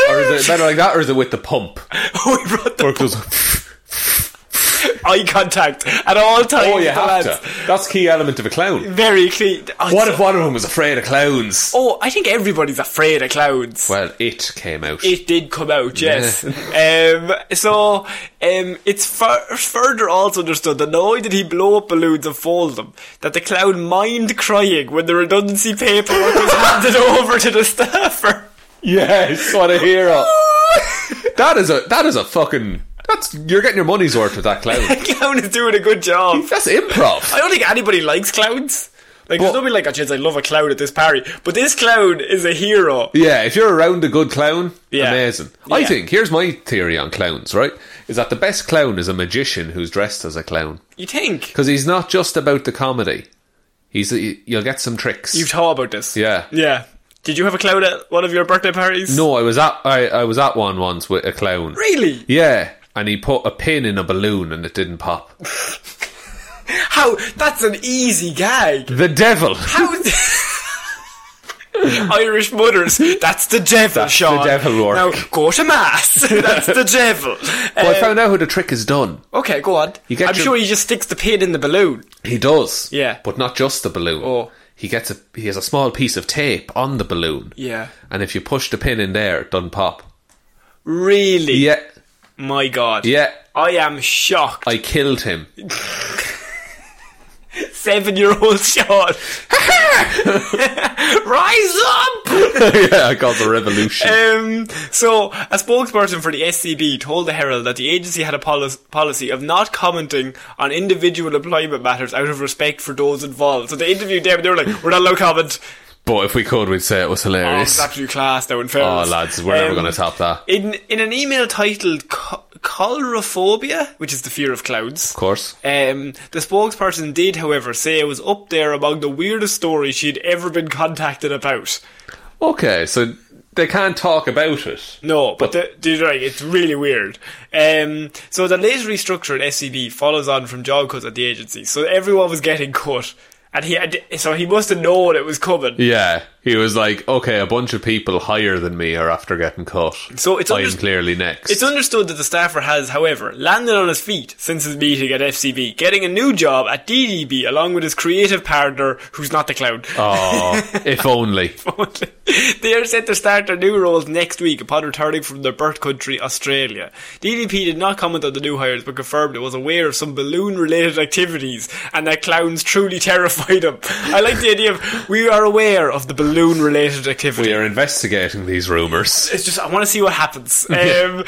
B: or is it better like that, or is it with the pump?
A: we brought the
B: Or it goes,
A: eye contact at all times.
B: oh, you
A: with the
B: have
A: lads.
B: to. That's key element of a clown.
A: Very clean. Oh,
B: What
A: so-
B: if one of them was afraid of clowns?
A: Oh, I think everybody's afraid of clowns.
B: Well, it came out.
A: It did come out, yes. um, so um, it's fur- further also understood that not only did he blow up balloons and fold them, that the clown mined crying when the redundancy paperwork was handed over to the staffer.
B: Yes, what a hero! that is a that is a fucking. That's you're getting your money's worth with that clown.
A: The clown is doing a good job.
B: That's improv.
A: I don't think anybody likes clowns. Like,
B: Well-
A: there's nobody like, oh, jeez, I love a clown at this party. But this clown is a hero.
B: Yeah, if you're around a good clown,
A: Yeah.
B: amazing. I
A: Yeah.
B: think here's my theory on clowns. Right, is that the best clown is a magician who's dressed as a clown
A: You think?
B: because he's not just about the comedy. He's you'll get some tricks.
A: You've thought about this.
B: Yeah.
A: Yeah. Did you have a clown at one of your birthday parties?
B: no, I was at I, I was at one once with a clown.
A: Really?
B: Yeah, and he put a pin in a balloon and it didn't pop.
A: How? That's an easy gag.
B: The devil.
A: How? Irish mothers. That's the devil,
B: That's
A: Sean.
B: the devil work.
A: Now, go to mass. that's the devil.
B: Well, I
A: Uh,
B: found out how the trick is done.
A: okay, go on.
B: You get
A: I'm
B: your-
A: sure he just sticks the pin in the balloon.
B: He does.
A: Yeah.
B: But not just the balloon.
A: Oh.
B: He gets a he has a small piece of tape on the balloon.
A: Yeah.
B: And if you push the pin in there, it doesn't pop.
A: Really?
B: Yeah.
A: My God.
B: Yeah.
A: I am shocked.
B: I killed him.
A: Seven year old Sean. Rise up!
B: yeah, I got the revolution.
A: Um, so, a spokesperson for the SCB told the Herald that the agency had a poli- policy of not commenting on individual employment matters out of respect for those involved. So they interviewed them and they were like, we're not allowed comment.
B: but if we could we'd say it was
A: Oh,
B: hilarious.
A: it's absolute class now in fairness.
B: Oh, lads, we're never gonna top that.
A: In, in an email titled Co- colorophobia, which is the fear of clouds.
B: Of course.
A: Um, the spokesperson did, however, say it was up there among the weirdest stories she'd ever been contacted about.
B: Okay, so they can't talk about it.
A: No, but, the, dude, right, it's really weird. Um, so the later restructured SCB E follows on from job cuts at the agency, so everyone was getting cut, and he had, so he must have known it was coming.
B: Yeah, he was like, okay, a bunch of people higher than me are after getting cut.
A: So it's
B: I'm
A: under-
B: clearly next.
A: It's understood that the staffer has, however, landed on his feet since his meeting at FCB, getting a new job at DDB along with his creative partner, who's not the clown.
B: oh, if only.
A: they are set to start their new roles next week upon returning from their birth country, Australia. DDP did not comment on the new hires but confirmed it was aware of some balloon related activities and that clowns truly terrified them. I like the idea of we are aware of the balloon related activity.
B: We are investigating these rumors.
A: It's just I want to see what happens. Um,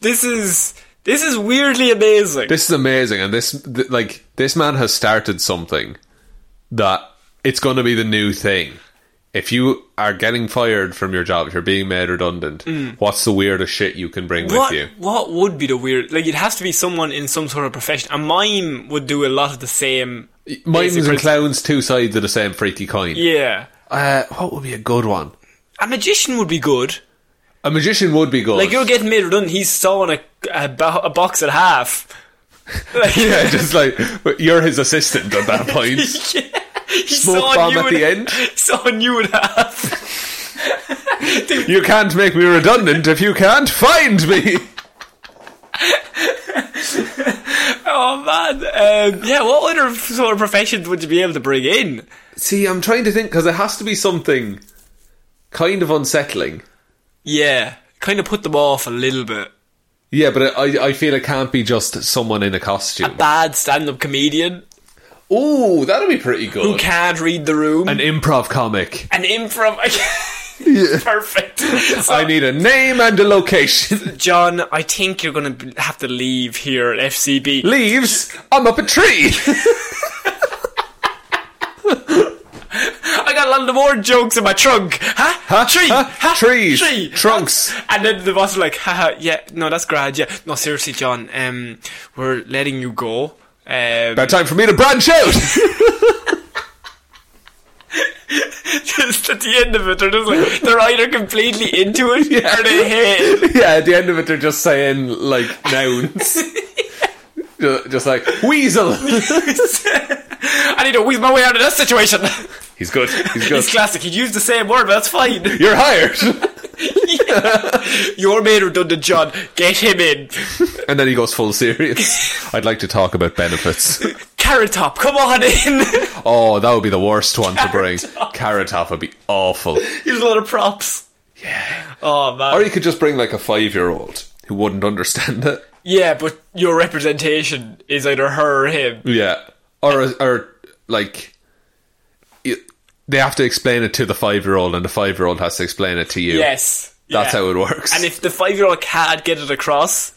A: this is this is weirdly amazing.
B: This is amazing, and this th- like this man has started something that it's going to be the new thing. If you are getting fired from your job, if you're being made redundant, what's the weirdest shit you can bring
A: Mm. what,
B: with you?
A: What would be the weird? Like, it has to be someone in some sort of profession. A mime would do a lot of the same.
B: Mimes
A: basic
B: and
A: princi-
B: clowns, two sides of the same freaky coin.
A: Yeah,
B: Uh, what would be a good one?
A: a magician would be good.
B: A magician would be good.
A: Like you're getting made redundant. He's sawing a a, bo- a box at half. Like,
B: yeah, just like but you're his assistant at that point.
A: he's
B: smoke
A: sawing
B: bomb
A: you
B: at
A: in-
B: the end.
A: Sawing you in half.
B: You can't make me redundant if you can't find me.
A: Oh man. Um, yeah. What other sort of professions would you be able to bring in?
B: See, I'm trying to think because it has to be something kind of unsettling.
A: Yeah. Kind of put them off a little bit.
B: Yeah, but I I feel it can't be just someone in a costume.
A: Bad stand-up comedian
B: Ooh, that'd be pretty
A: who
B: good.
A: can't read the room.
B: An
A: An,
B: improv comic.
A: improv. Perfect. So-
B: I need a name and a location.
A: John, I think you're going to have to leave here at FCB.
B: Leaves. I'm up a tree.
A: I got a lot of more jokes in my trunk. Huh?
B: Huh?
A: Tree.
B: Huh? Trees.
A: Tree.
B: Trunks.
A: Huh? And then the boss was like, haha, yeah, no, that's grand, yeah. No, seriously, John, um, we're letting you go. Um,
B: About time for me to branch out.
A: just at the end of it, they're just like, they're either completely into it or they hate it.
B: yeah, at the end of it, they're just saying like nouns. Ju- Just like weasel.
A: I need to weasel my way out of that situation.
B: He's good. He's good.
A: It's classic. He'd use the same word, but that's fine.
B: You're hired.
A: You're made redundant, John. Get him in.
B: and then he goes full serious. I'd like to talk about benefits.
A: Carrot Top, come on in.
B: Oh, that would be the worst one to bring. Carrot top would be awful.
A: Here's a lot of props. Yeah. Oh man.
B: Or you could just bring like a five year old who wouldn't understand it.
A: Yeah, but your representation is either her or him.
B: Yeah. Or or like y- they have to explain it to the five year old, and the five year old has to explain it to you.
A: Yes.
B: That's
A: Yeah.
B: how it works.
A: And if the five year old can't get it across,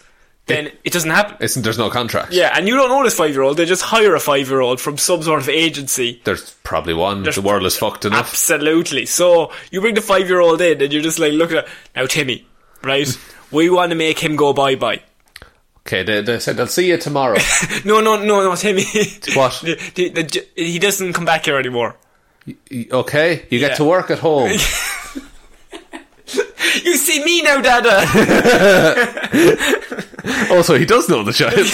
A: then it, doesn't happen.
B: Isn't there's no contract?
A: yeah, and you don't know this five year old. They just hire a five year old from some sort of agency.
B: There's probably one. the world is fucked enough.
A: Absolutely. So you bring the five year old in, and you're just like, look at now, Timmy, right?
B: Mm.
A: we want to make him go bye bye.
B: okay, they, they said they'll see you tomorrow.
A: No, no, no, no, Timmy.
B: What?
A: The- the- the- he doesn't come back here anymore.
B: Y- okay, you
A: Yeah.
B: get to work at home.
A: You see me now, Dada.
B: also, he does know the child.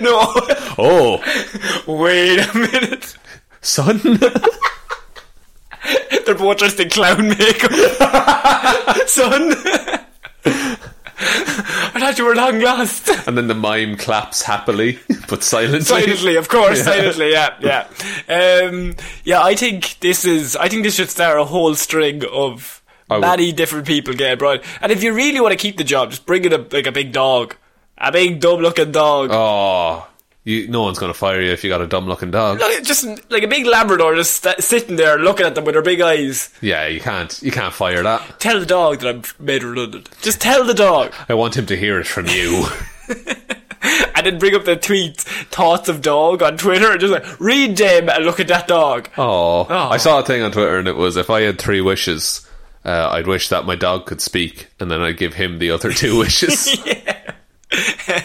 A: No.
B: oh,
A: Wait a minute.
B: son.
A: They're both dressed in clown makeup. Son. I thought you were long lost.
B: and then the mime claps happily but silently.
A: Silently, of course. Silently, yeah, yeah. Um, yeah, I think this is. I think this should start a whole string of
B: I would-
A: many different people getting brought. And if you really want to keep the job, just bring in a like a big dog, a big dumb-looking dog.
B: Oh, you, no one's going to fire you if you got a dumb looking dog.
A: Look, just like a big Labrador, just sta sitting there looking at them with her big eyes.
B: Yeah, you can't. You can't fire that.
A: Tell the dog that I'm made redundant. Just tell the dog.
B: I want him to hear it from you.
A: and then bring up the tweets, thoughts of dog on Twitter, and just like read them and look at that dog.
B: Oh,
A: Oh.
B: I saw a thing on Twitter, and it was if I had three wishes, uh, I'd wish that my dog could speak, and then I'd give him the other two wishes.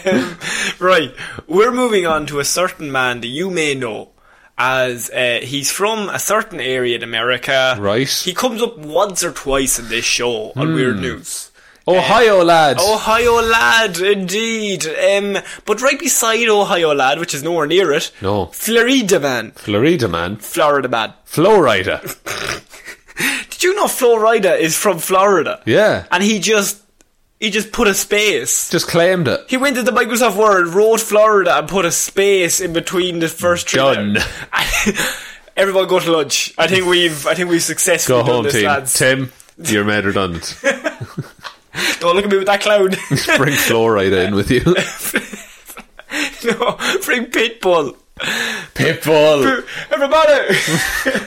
A: Um, right, we're moving on to a certain man that you may know, as uh, he's from a certain area in America.
B: Right. Hmm.
A: He comes up once or twice in this show on Weird News.
B: Oh, Ohio lad.
A: Ohio lad, indeed. Um, but right beside Ohio lad, which is nowhere near it,
B: No.
A: Florida man,
B: Florida man.
A: Florida man.
B: Florida.
A: Did you know Florida is from Florida?
B: Yeah.
A: And he just, he just put a space.
B: Just claimed it.
A: He went into Microsoft Word, wrote Florida, and put a space in between the first three.
B: Done.
A: letters. Everyone go to lunch. I think we've I think we've successfully
B: Go
A: done
B: home,
A: this,
B: team.
A: lads.
B: Tim, you're made redundant.
A: Don't Oh, look at me with that clown.
B: Bring Florida in with you.
A: no, bring Pitbull.
B: Pitbull.
A: Everybody.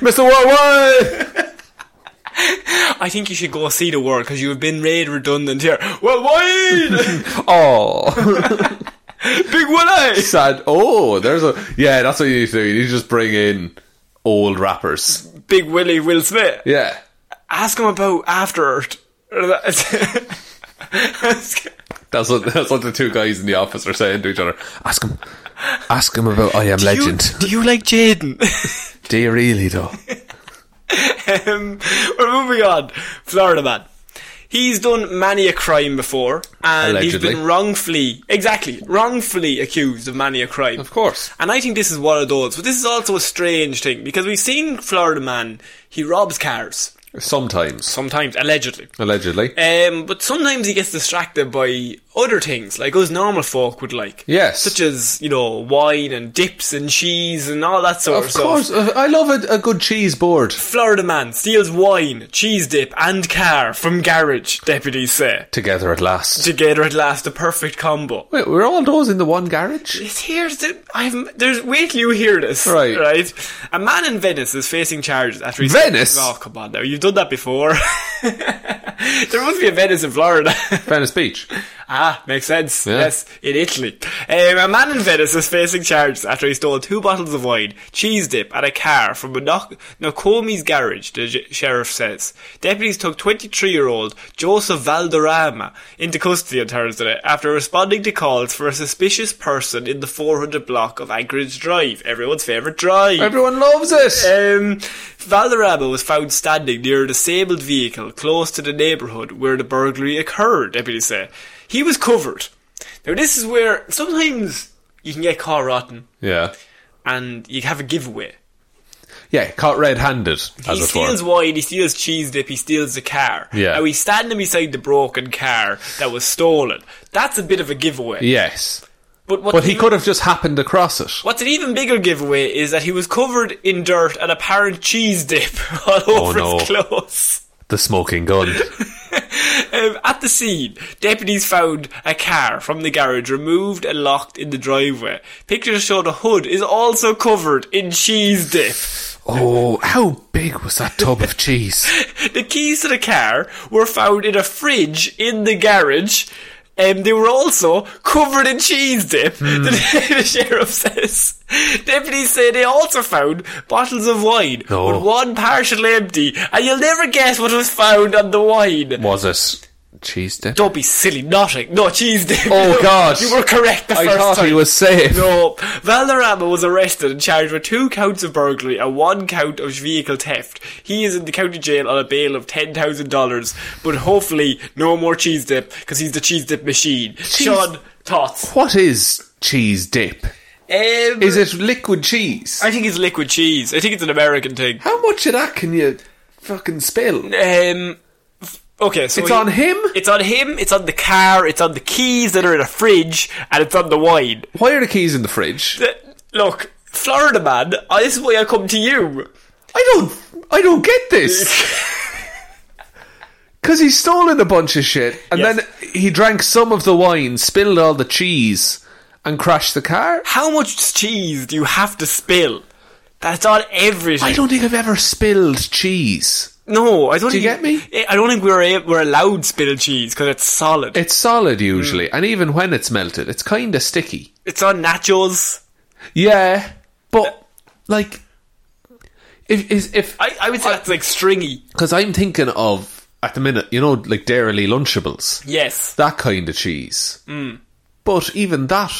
B: Mr. Worldwide.
A: I think you should go see the world because you have been made redundant here. Well, why?
B: Oh,
A: Big Willie.
B: sad. Oh, there's a. Yeah, that's what you need to do. You need to just bring in old rappers.
A: Big Willie Will Smith.
B: Yeah.
A: Ask him about After Earth. Ask-
B: That's what, that's what the two guys in the office are saying to each other. Ask him. Ask him about I Am Legend.
A: Do you, do you like Jaden?
B: Do you really, though?
A: um, we're moving on. Florida man. He's done many a crime before, and
B: Allegedly.
A: he's been wrongfully, exactly, wrongfully accused of many a crime.
B: Of course.
A: And I think this is one of those, but this is also a strange thing, because we've seen Florida man, he robs cars,
B: Sometimes.
A: sometimes, allegedly.
B: Allegedly.
A: Um, but sometimes he gets distracted by other things, like us normal folk would like.
B: Yes.
A: Such as, you know, wine and dips and cheese and all that sort of,
B: Of
A: stuff.
B: course. uh, I love a, a good cheese board.
A: Florida man steals wine, cheese dip, and car from garage, deputies say.
B: Together at last.
A: Together at last, the perfect combo.
B: Wait, were all those in the one garage?
A: It's here's the I'm there's wait till you hear this.
B: Right.
A: Right. A man in Venice is facing charges after he
B: Venice?
A: Oh come on now, you've done that before. there must be a Venice in Florida.
B: Venice Beach.
A: Ah, makes sense.
B: Yeah.
A: Yes, in Italy. Um, a man in Venice is facing charges after he stole two bottles of wine, cheese dip, and a car from a Noc- Nokomi's garage, the j- sheriff says. Deputies took 23 year old Joseph Valderrama into custody on Thursday after responding to calls for a suspicious person in the 400 block of Anchorage Drive, everyone's favourite drive.
B: Everyone loves it.
A: Um, Valderrama was found standing near a disabled vehicle close to the neighbourhood where the burglary occurred, deputies say. He was covered. Now, this is where sometimes you can get caught rotten
B: Yeah.
A: and you have a giveaway.
B: Yeah, caught red-handed,
A: He
B: as it
A: steals
B: were.
A: wine, he steals cheese dip, he steals the car.
B: Yeah.
A: Now, he's standing beside the broken car that was stolen. That's a bit of a giveaway.
B: Yes.
A: But, what
B: But he could have just happened across it.
A: What's an even bigger giveaway is that he was covered in dirt and apparent cheese dip all over his
B: Oh, no.
A: clothes.
B: The smoking gun.
A: Um, at the scene, deputies found a car from the garage removed and locked in the driveway. Pictures show the hood is also covered in cheese dip.
B: Oh, how big was that tub of cheese?
A: The keys to the car were found in a fridge in the garage. and they were also covered in cheese dip, the, the sheriff says. Deputies say they also found bottles of wine,
B: No.
A: but one partially empty, and you'll never guess what was found on the wine.
B: Was it cheese dip?
A: Don't be silly, nothing. No, cheese dip.
B: Oh,
A: No,
B: God.
A: You were correct the
B: I
A: first
B: thought
A: time.
B: he was safe.
A: No. Valderrama was arrested and charged with two counts of burglary and one count of vehicle theft. He is in the county jail on a bail of $10,000, but hopefully no more cheese dip, because he's the cheese dip machine. Sean, thoughts? Um,
B: What is cheese dip? Is it liquid cheese?
A: I think it's liquid cheese. I think it's an American thing.
B: How much of that can you fucking spill?
A: Um, f- okay, so
B: It's
A: he-
B: on him?
A: It's on him. It's on the car. It's on the keys that are in a fridge, and it's on the wine.
B: Why are the keys in the fridge?
A: Th- Look, Florida man, I- this is why I come to you.
B: I don't. I don't get this. Because he's stolen a bunch of shit, and
A: Yes.
B: then he drank some of the wine, spilled all the cheese, and crashed the car.
A: How much cheese do you have to spill? That's on everything.
B: I don't think I've ever spilled cheese.
A: No, I don't.
B: Do you
A: think-
B: get
A: I- I don't think we're a- we're allowed spill cheese because it's solid.
B: It's solid usually, and even when it's melted, it's kind of sticky.
A: it's on nachos.
B: Yeah, but like, if is if
A: I, I would say that's like stringy.
B: because I'm thinking of at the minute, you know, like Dairyly Lunchables.
A: Yes. Mm.
B: that kind of cheese. But even that,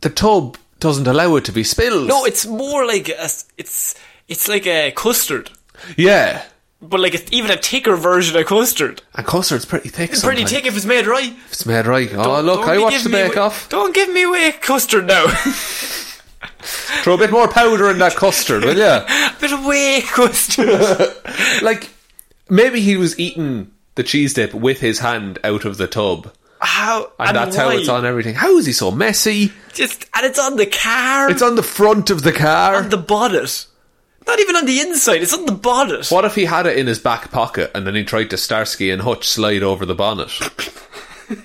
B: the tub doesn't allow it to be spilled.
A: No, it's more like a, s- it's it's like a custard,
B: yeah.
A: but like it's even a thicker version of custard.
B: And custard's pretty thick.
A: It's pretty
B: sometimes.
A: thick if it's made right.
B: If it's made right. oh
A: Don't-
B: look,
A: don't
B: I
A: be
B: watched the
A: giving me
B: Bake
A: away-
B: Off.
A: Don't give me away custard now.
B: Throw a bit more powder in that custard, will ya?
A: a bit of whey custard.
B: Like maybe he was eating the cheese dip with his hand out of the tub,
A: How
B: and, that's how
A: why?
B: it's on everything. How is he so messy?
A: Just and it's on the car.
B: It's on the front of the car.
A: Um, on the bonnet. Not even on the inside. It's on the bonnet.
B: what if he had it in his back pocket and then he tried to Starsky and Hutch slide over the bonnet?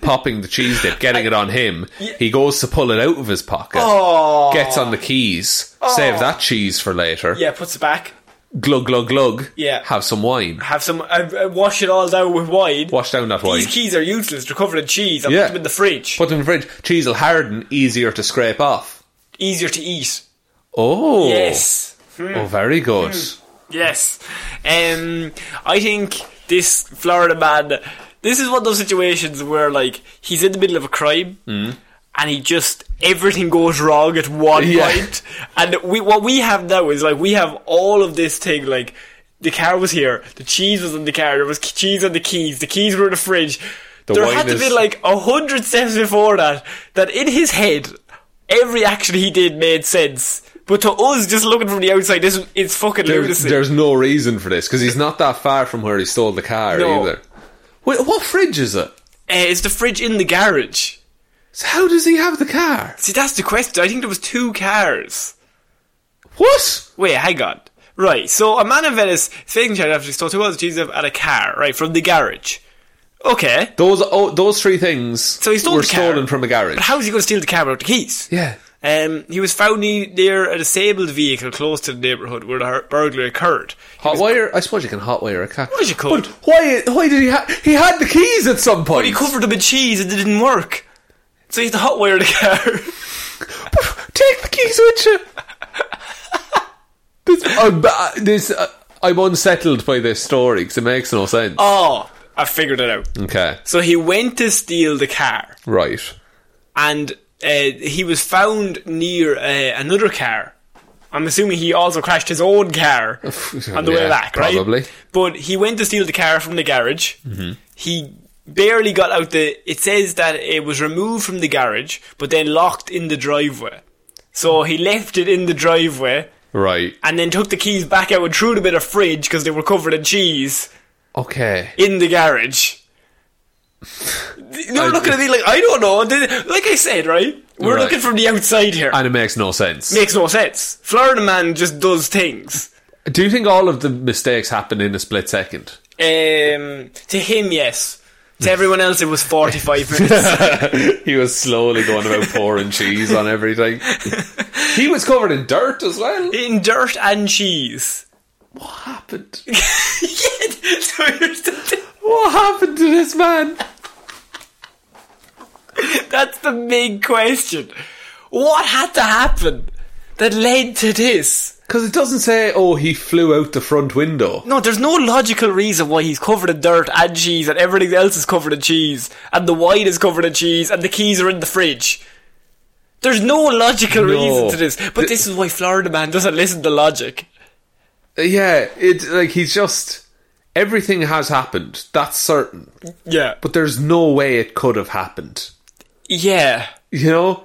B: Popping the cheese dip, getting it on him. He goes to pull it out of his pocket. Gets on the keys. Save that cheese for later.
A: Oh. Yeah, puts it back.
B: Glug, glug, glug.
A: Yeah.
B: Have some wine.
A: Have some. I, I wash it all down with wine.
B: Wash down that wine.
A: These keys are useless. They're covered in cheese. I put them in the fridge.
B: Put them in the fridge. Cheese will harden, easier to scrape off.
A: Easier to eat.
B: Oh.
A: Yes. Mm.
B: Oh, very good.
A: Yes. Um, I think this Florida man, this is one of those situations where, like, he's in the middle of a crime.
B: Hmm.
A: And he just everything goes wrong at one
B: Yeah.
A: point. and we what we have now is like we have all of this thing like the car was here, the cheese was in the car, there was k- cheese on the keys, the keys were in the fridge.
B: The
A: there
B: wine
A: had to be
B: is-
A: like a hundred steps before that that in his head every action he did made sense. But to us, just looking from the outside, this it's fucking
B: There's,
A: lunacy.
B: there's no reason for this because he's not that far from where he stole the car
A: No.
B: either. Wait, what fridge is it?
A: Uh, is the fridge in the garage?
B: So how does he have the car?
A: See, that's the question. I think there was two cars.
B: What?
A: Wait, hang on. Right, so a man in Venice faking child after he stole two ounces of cheese and a car, right, from the garage. Okay,
B: Those oh, those three things
A: so he stole
B: were
A: the car.
B: stolen from a garage.
A: But how is he going to steal the car without the keys?
B: yeah.
A: Um, he was found ne- near a disabled vehicle close to the neighbourhood where the hur- burglary occurred.
B: Hot wire? I suppose you can hot wire a car.
A: What is it called?
B: But why? Why did he? Ha- he had the keys at some point.
A: But he covered them in cheese and it didn't work. So he had to hot wire the car.
B: Take the keys with you. this, I'm, ba- this, uh, I'm unsettled by this story because it makes no sense.
A: oh, I figured it out.
B: okay,
A: So he went to steal the car.
B: right.
A: and uh, he was found near uh, another car. I'm assuming he also crashed his own car on the way
B: Yeah,
A: back, right?
B: probably. Mm-hmm.
A: But he went to steal the car from the garage. He barely got out the. It says that it was removed from the garage, but then locked in the driveway. So he left it in the driveway
B: Right.
A: and then took the keys back out and threw them in a fridge because they were covered in cheese
B: Okay.
A: in the garage. You're
B: I-
A: looking at me like I don't know. Did- Like I said, right? We're
B: Right.
A: looking from the outside here.
B: And it makes no sense.
A: Makes no sense. Florida man just does things.
B: Do you think all of the mistakes happen in a split second?
A: Um, to him, yes. To everyone else, it was 45 minutes.
B: he was slowly going about pouring cheese on everything. he was covered in dirt as well.
A: in dirt and cheese.
B: What happened?
A: Yeah, so here's the thing.
B: What happened to this man?
A: That's the big question. What had to happen that led to this?
B: Because it doesn't say, oh, he flew out the front window.
A: No, there's no logical reason why he's covered in dirt and cheese and everything else is covered in cheese and the wine is covered in cheese and the keys are in the fridge. There's no logical
B: No.
A: reason to this. But
B: Th-
A: this is why Florida man doesn't listen to logic.
B: Yeah, it like he's just everything has happened. That's certain,
A: Yeah.
B: but there's no way it could have happened.
A: Yeah.
B: You know,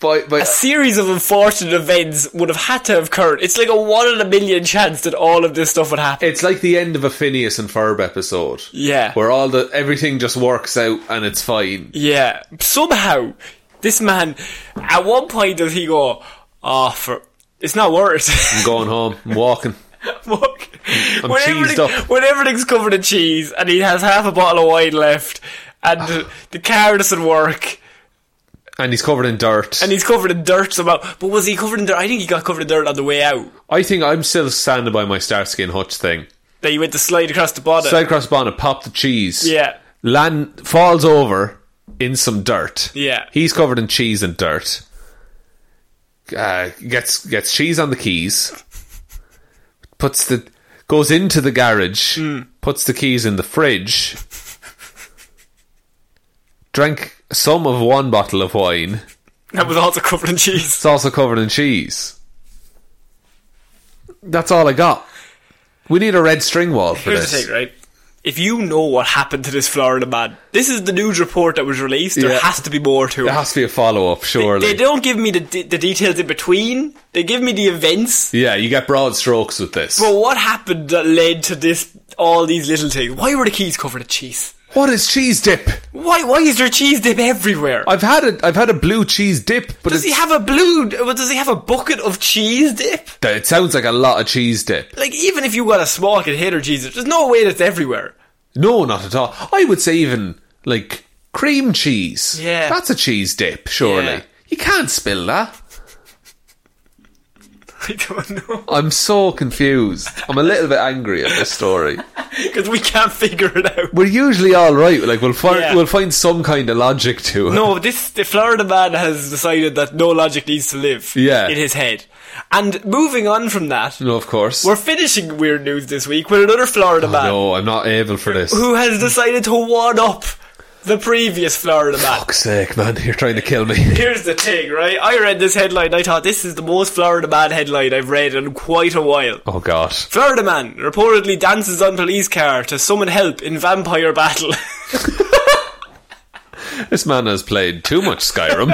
B: by by
A: A series of unfortunate events would have had to have occurred. It's like a one in a million chance that all of this stuff would happen.
B: it's like the end of a Phineas and Ferb episode.
A: Yeah.
B: where all the everything just works out and it's fine.
A: Yeah. Somehow, this man, at one point does he go, oh, for, it's not worse.
B: I'm going home. I'm walking.
A: Fuck. When,
B: cheesed
A: everything-
B: up.
A: when everything's covered in cheese and he has half a bottle of wine left and uh, the car doesn't work
B: And he's covered in dirt.
A: and he's covered in dirt somehow. But was he covered in dirt? I think he got covered in dirt on the way out.
B: I think I'm still standing by my Starsky and Hutch thing.
A: That he went to slide across the bottom.
B: Side cross bonnet, pop the cheese.
A: Yeah.
B: Land falls over in some dirt.
A: Yeah.
B: He's covered in cheese and dirt. Uh, gets gets cheese on the keys. Puts the goes into the garage.
A: Mm.
B: Puts the keys in the fridge. Drank some of one bottle of wine.
A: That was also covered in cheese.
B: It's also covered in cheese. That's all I got. We need a red string wall for
A: Here's
B: this.
A: the thing, right? If you know what happened to this Florida man, this is the news report that was released. There
B: Yeah.
A: has to be more to
B: There
A: it.
B: has to be a follow up, surely.
A: They don't give me the, de- the details in between. They give me the events.
B: yeah, you get broad strokes with this.
A: But what happened that led to this? All these little things. Why were the keys covered in cheese?
B: what is cheese dip?
A: Why? Why is there cheese dip everywhere?
B: I've had a I've had a blue cheese dip, but
A: does
B: it's,
A: he have a blue? well, Does he have a bucket of cheese dip?
B: it sounds like a lot of cheese dip.
A: Like even if you got a small container cheese dip, there's no way that's everywhere.
B: No, not at all. I would say even like cream cheese.
A: Yeah.
B: that's a cheese dip, surely.
A: Yeah.
B: You can't spill that.
A: I don't know.
B: I'm so confused. I'm a little bit angry at this story.
A: Because we can't figure it out.
B: We're usually all right. Like we'll find
A: Yeah.
B: we'll find some kind of logic to it.
A: No, this the Florida man has decided that no logic needs to live.
B: Yeah.
A: In his head. And moving on from that,
B: no, of course.
A: we're finishing weird news this week with another Florida man
B: Oh, no, I'm not able for this.
A: who has decided to one up the previous Florida man.
B: Fuck's sake, man! You're trying to kill me.
A: Here's the thing, right? I read this headline. I thought this is the most Florida man headline I've read in quite a while.
B: Oh God.
A: Florida man reportedly dances on police car to summon help in vampire battle.
B: This man has played too much Skyrim.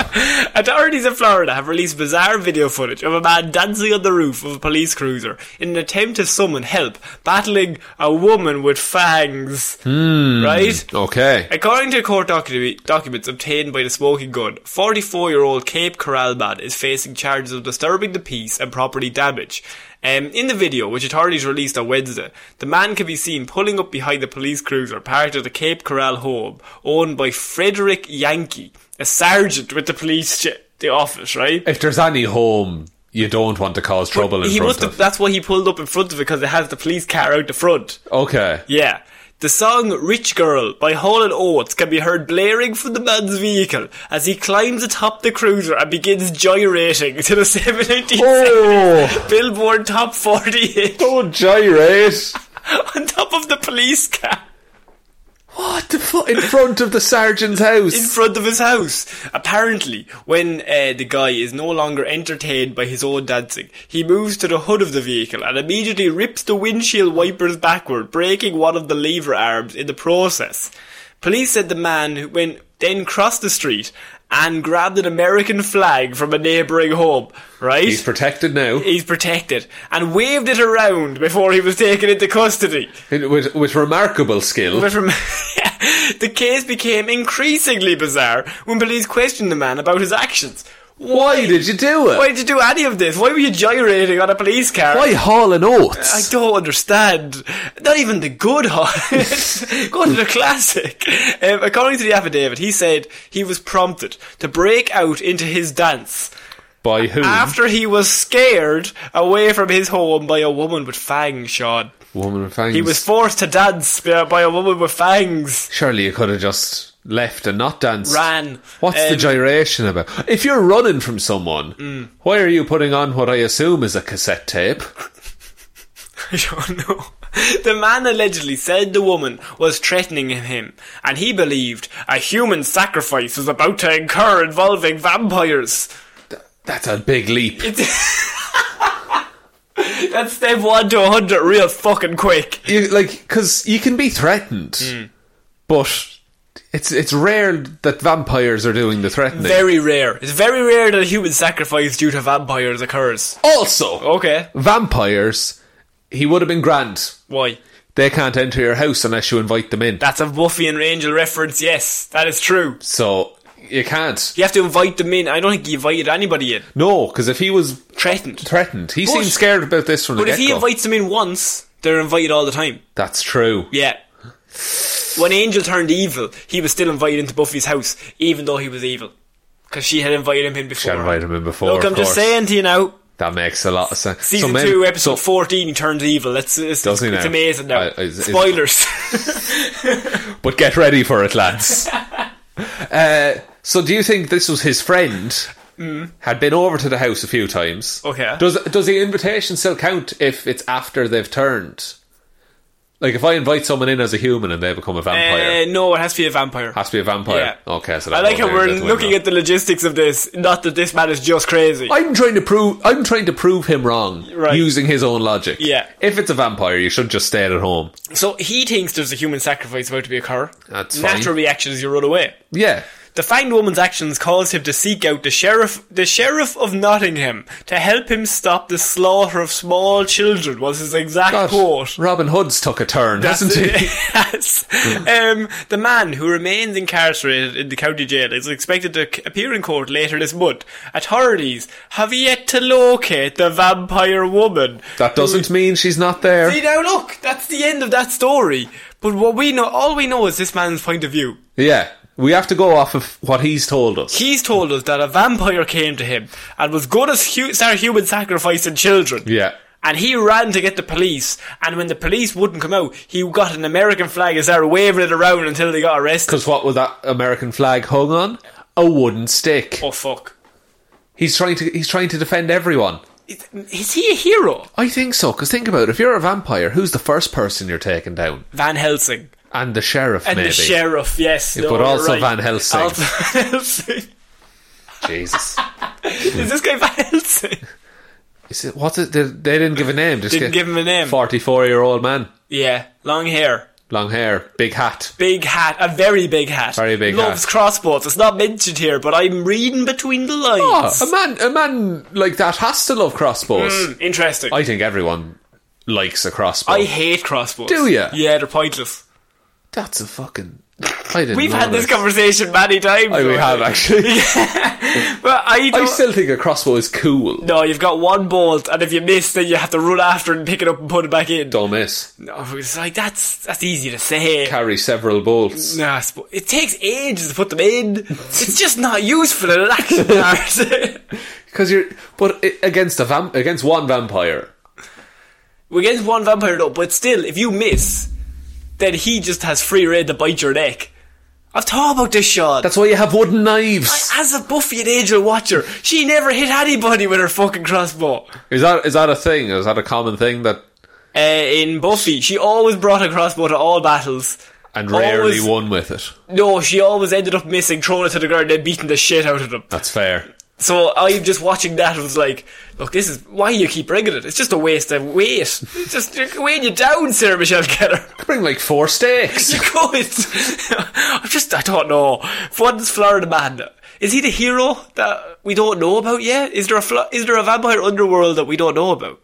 A: Authorities in Florida have released bizarre video footage of a man dancing on the roof of a police cruiser in an attempt to summon help, battling a woman with fangs. Right?
B: Oh, okay.
A: According to court docu- documents obtained by the smoking gun, 44 year old Cape Coral man is facing charges of disturbing the peace and property damage. Um, in the video, which authorities released on Wednesday, the man can be seen pulling up behind the police cruiser part of the Cape Coral home owned by Frederick Yankee, a sergeant with the police ch- the office, right?
B: If there's any home you don't want to cause trouble in
A: he
B: front
A: must
B: of.
A: have, that's why he pulled up in front of it because it has the police car out the front.
B: okay.
A: Yeah. The song Rich Girl by Hall and Oates can be heard blaring from the man's vehicle as he climbs atop the cruiser and begins gyrating to the 780
B: Oh.
A: Billboard Top 48
B: Don't gyrate.
A: on top of the police car
B: What the fuck? In front of the sergeant's house.
A: in front of his house. Apparently, when uh, the guy is no longer entertained by his own dancing, he moves to the hood of the vehicle and immediately rips the windshield wipers backward, breaking one of the lever arms in the process. Police said the man who went then crossed the street and grabbed an American flag from a neighbouring home, right?
B: He's protected now.
A: He's protected and waved it around before he was taken into custody.
B: In- with, with remarkable skill.
A: But from the case became increasingly bizarre when police questioned the man about his actions.
B: Why did you do it?
A: Why did you do any of this? Why were you gyrating on a police car?
B: Why Hall and
A: I
B: Oates?
A: don't understand. Not even the good hot. Go to the classic. Um, according to the affidavit, he said he was prompted to break out into his dance
B: By whom?
A: after he was scared away from his home by a woman with fangs, Sean.
B: Woman with fangs.
A: He was forced to dance by by a woman with fangs.
B: Surely you could have just left and not danced.
A: Ran.
B: What's the
A: Um, Mm.
B: gyration about? If you're running from someone, why are you putting on what I assume is a cassette tape?
A: I don't know. The man allegedly said the woman was threatening him, and he believed a human sacrifice was about to occur involving vampires.
B: That's a big leap.
A: That's step one to a hundred real fucking quick.
B: you, like because you can be threatened,
A: Mm.
B: but it's it's rare that vampires are doing the threatening.
A: Very rare. It's very rare that a human sacrifice due to vampires occurs.
B: also,
A: Okay.
B: vampires, he would have been grand.
A: Why?
B: They can't enter your house unless you invite them in.
A: That's a Buffy and Angel reference, yes. That is true.
B: so you can't.
A: You have to invite them in. I don't think he invited anybody in.
B: No, because if he was
A: Threatened.
B: threatened, he
A: But-
B: seemed scared about this from
A: but
B: the
A: if he
B: get go.
A: invites them in once, they're invited all the time.
B: That's true.
A: Yeah. When Angel turned evil, he was still invited into Buffy's house, even though he was evil. Because she had invited him in
B: She
A: before.
B: had invited him in before.
A: Look,
B: of
A: I'm just
B: course.
A: saying to you now,
B: that makes a lot of sense. So
A: season
B: maybe-
A: 2, episode
B: so-
A: 14, he turns evil. That's, it's, it's,
B: Doesn't he now?
A: amazing now.
B: I- I- is- is-
A: Spoilers.
B: But get ready for it, lads. uh, so, do you think this was his friend?
A: Mm.
B: Had been over to the house a few times.
A: Okay.
B: Does does the invitation still count if it's after they've turned? Like if I invite someone in as a human and they become a vampire,
A: Uh, no, it has to be a vampire.
B: has to be a vampire. Okay, so that
A: I like
B: goes
A: how
B: there,
A: we're
B: that's the
A: looking
B: window.
A: at the logistics of this. Not that this man is just crazy.
B: I'm trying to prove I'm trying to prove him wrong
A: Right.
B: using his own logic.
A: Yeah.
B: If it's a vampire, you should just stay at home.
A: so he thinks there's a human sacrifice about to be occur.
B: That's
A: Natural
B: fine.
A: reaction is you run away.
B: Yeah.
A: The fanged woman's actions caused him to seek out the sheriff, the sheriff of Nottingham, to help him stop the slaughter of small children. Was his exact
B: God,
A: quote.
B: Robin Hood's took a turn,
A: That's
B: hasn't
A: it.
B: he?
A: yes. Um, the man who remains incarcerated in the county jail is expected to c- appear in court later this month. Authorities have yet to locate the vampire woman.
B: That doesn't mean she's not there.
A: See now, look, that's the end of that story. But what we know, all we know, is this man's point of view.
B: Yeah. We have to go off of what he's told us.
A: He's told us that a vampire came to him and was going to hu- start human sacrificing children.
B: Yeah.
A: And he ran to get the police, and when the police wouldn't come out, he got an American flag and started waving it around until they got arrested.
B: Because what was that American flag hung on? A wooden stick.
A: Oh fuck.
B: He's trying to he's trying to defend everyone.
A: Is- Is he a hero?
B: I think so, because think about it. If you're a vampire, who's the first person you're taking down?
A: Van Helsing.
B: And the sheriff,
A: And
B: maybe.
A: the sheriff, yes. no,
B: but
A: you're
B: also
A: right.
B: Van Helsing.
A: Also Van Helsing.
B: Jesus. Hmm.
A: Is this guy Van Helsing?
B: Is it, what's it? They, they didn't give a name. Just
A: Didn't
B: get-
A: give him a name.
B: 44 year old man.
A: Yeah, long hair.
B: Long hair. Big hat.
A: Big hat, a very big hat.
B: Very big
A: Loves
B: hat.
A: crossbows. It's not mentioned here, but I'm reading between the lines. Hmm,
B: Oh, a man, a man like that has to love crossbows.
A: Interesting.
B: I think everyone likes a crossbow.
A: Mm. I hate crossbows.
B: Do ya?
A: Yeah, they're pointless.
B: That's a fucking. I didn't
A: We've
B: know
A: had this
B: this.
A: conversation many times.
B: I- we have actually.
A: But I,
B: I
A: don't-
B: still think a crossbow is cool.
A: No, you've got one bolt, and if you miss, then you have to run after it and pick it up and put it back in.
B: Don't miss.
A: No, it's like that's that's easy to say.
B: Carry several bolts.
A: Nah, I suppo- it takes ages to put them in. It's just not useful in an action part.
B: Because you're, but i against a vamp, against one vampire.
A: We're against one vampire though, but still, if you miss, then he just has free reign to bite your neck. I've thought about this shot.
B: That's why you have wooden knives.
A: As a Buffy and Angel watcher, she never hit anybody with her fucking crossbow.
B: Is that is that a thing? Is that a common thing that
A: Uh, in Buffy, she always brought a crossbow to all battles.
B: and rarely
A: Always-
B: won with it?
A: No, she always ended up missing, throwing it to the ground, and beating the shit out of them.
B: That's fair.
A: So I just watching that was like, look, this is why you keep bringing it. It's just a waste of weight. It's just you're weighing you down, Sarah Michelle Keller.
B: Bring like four stakes.
A: You could. I just I don't know. One's Florida man. Is he the hero that we don't know about yet? Is there a Flo- is there a vampire underworld that we don't know about?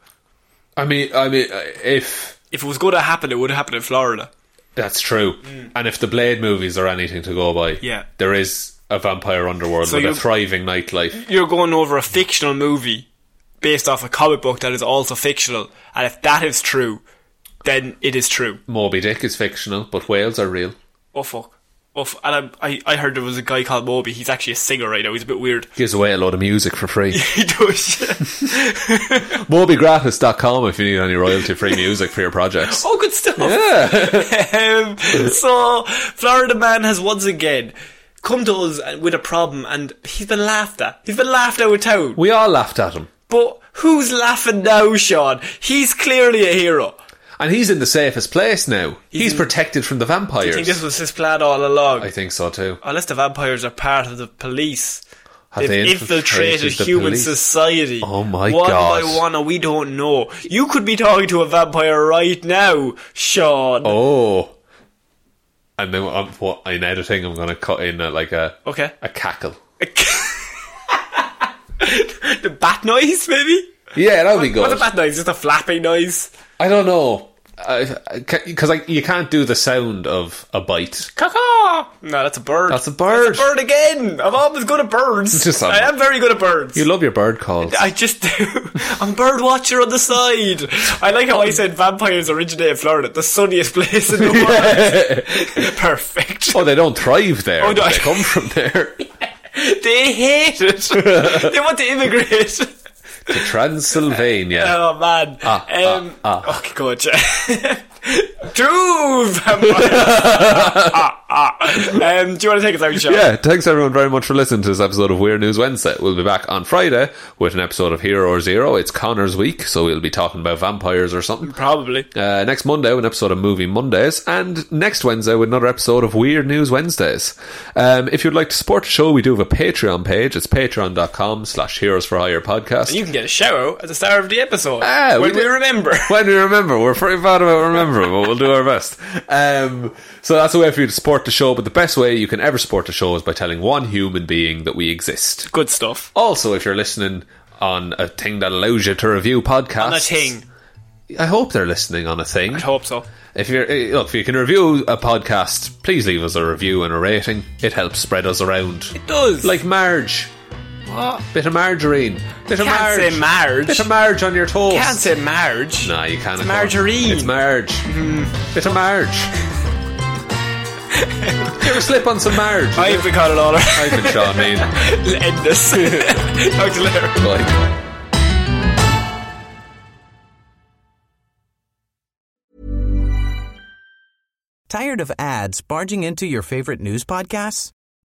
B: I mean, I mean, uh, if
A: If it was going to happen, it would have happened in Florida.
B: that's true, and if the Blade movies are anything to go by,
A: Mm. Yeah.
B: there is a vampire underworld
A: So Mm.
B: with a
A: you-
B: thriving nightlife.
A: You're going over a fictional movie based off a comic book that is also fictional, and if that is true, then it is true.
B: Moby Dick is fictional, but whales are real.
A: Oh fuck. Oh, f- and I, I, I heard there was a guy called Moby. He's actually a singer right now. He's a bit weird.
B: Gives away a lot of music for free.
A: He does.
B: MobyGratis.com if you need any royalty-free music for your projects.
A: Oh, good stuff. um, so, Florida man has once again come to us with a problem, and he's been laughed at. He's been laughed out of town.
B: We all laughed at him,
A: But who's laughing now, Sean? He's clearly a hero.
B: and he's in the safest place now. He's, protected from the
A: I
B: vampires.
A: think this was his plan all along.
B: I think so too.
A: Unless the vampires are part of the police.
B: Have
A: They've
B: they
A: infiltrated,
B: the
A: human
B: police?
A: society.
B: Oh my
A: one
B: God.
A: by one, and we don't know. You could be talking to a vampire right now, Sean.
B: Oh. And then I'm, what, in editing, I'm going to cut in a, like a
A: Okay.
B: a cackle.
A: The bat noise, maybe?
B: Yeah, that'll be
A: What's
B: good.
A: a bat noise? Just a flapping noise.
B: I don't know. Because I, you can't do the sound of a bite.
A: Caw-caw. No, that's a bird.
B: That's a bird.
A: That's a bird again. I'm always good at birds.
B: Just
A: I
B: on-
A: am very good at birds.
B: You love your bird calls.
A: I just do. I'm a bird watcher on the side. I like how I said vampires originate in Florida, the sunniest place in the world. Perfect.
B: oh, they don't thrive there.
A: Oh, no.
B: but They come from there.
A: They hate it. they want to immigrate.
B: to Transylvania.
A: Oh man.
B: Ah,
A: um,
B: ah, ah.
A: Okay, gotcha. Two vampires. Ah, um, do you want to take us out, Sean?
B: Yeah, thanks everyone very much for listening to this episode of Weird News Wednesday. We'll be back on Friday with an episode of Hero or Zero. It's Connor's week, so we'll be talking about vampires or something.
A: Probably.
B: Uh, next Monday, with an episode of Movie Mondays, and next Wednesday, with another episode of Weird News Wednesdays. Um, if you'd like to support the show, we do have a Patreon page. It's patreon.com slash heroes for hire podcast.
A: And you can get a shout out at the start of the episode.
B: Ah,
A: when
B: we
A: we,
B: did-
A: remember.
B: when we remember, we're pretty bad about remembering, but we'll do our best. Um, so that's a way for you to support the show, but the best way you can ever support the show is by telling one human being that we exist.
A: Good stuff.
B: Also, if you're listening on a thing that allows you to review podcasts,
A: On a thing.
B: I hope they're listening on a thing.
A: I hope so.
B: If you're eh, look, if you can review a podcast, please leave us a review and a rating. It helps spread us around.
A: It does.
B: Like Marge,
A: what?
B: bit of margarine, bit of
A: Can't
B: Marge,
A: say Marge.
B: bit of Marge on your toast.
A: Can't say marriage.
B: Nah, you can't.
A: It's
B: of course.
A: margarine. Mm-hmm.
B: It's Marge. Bit of Marge. you ever slip on some Marge?
A: I've been called it all.
B: I've been Sean Mean.
A: End this. Talk to you later.
B: Like.
C: Tired of ads barging into your favorite news podcasts?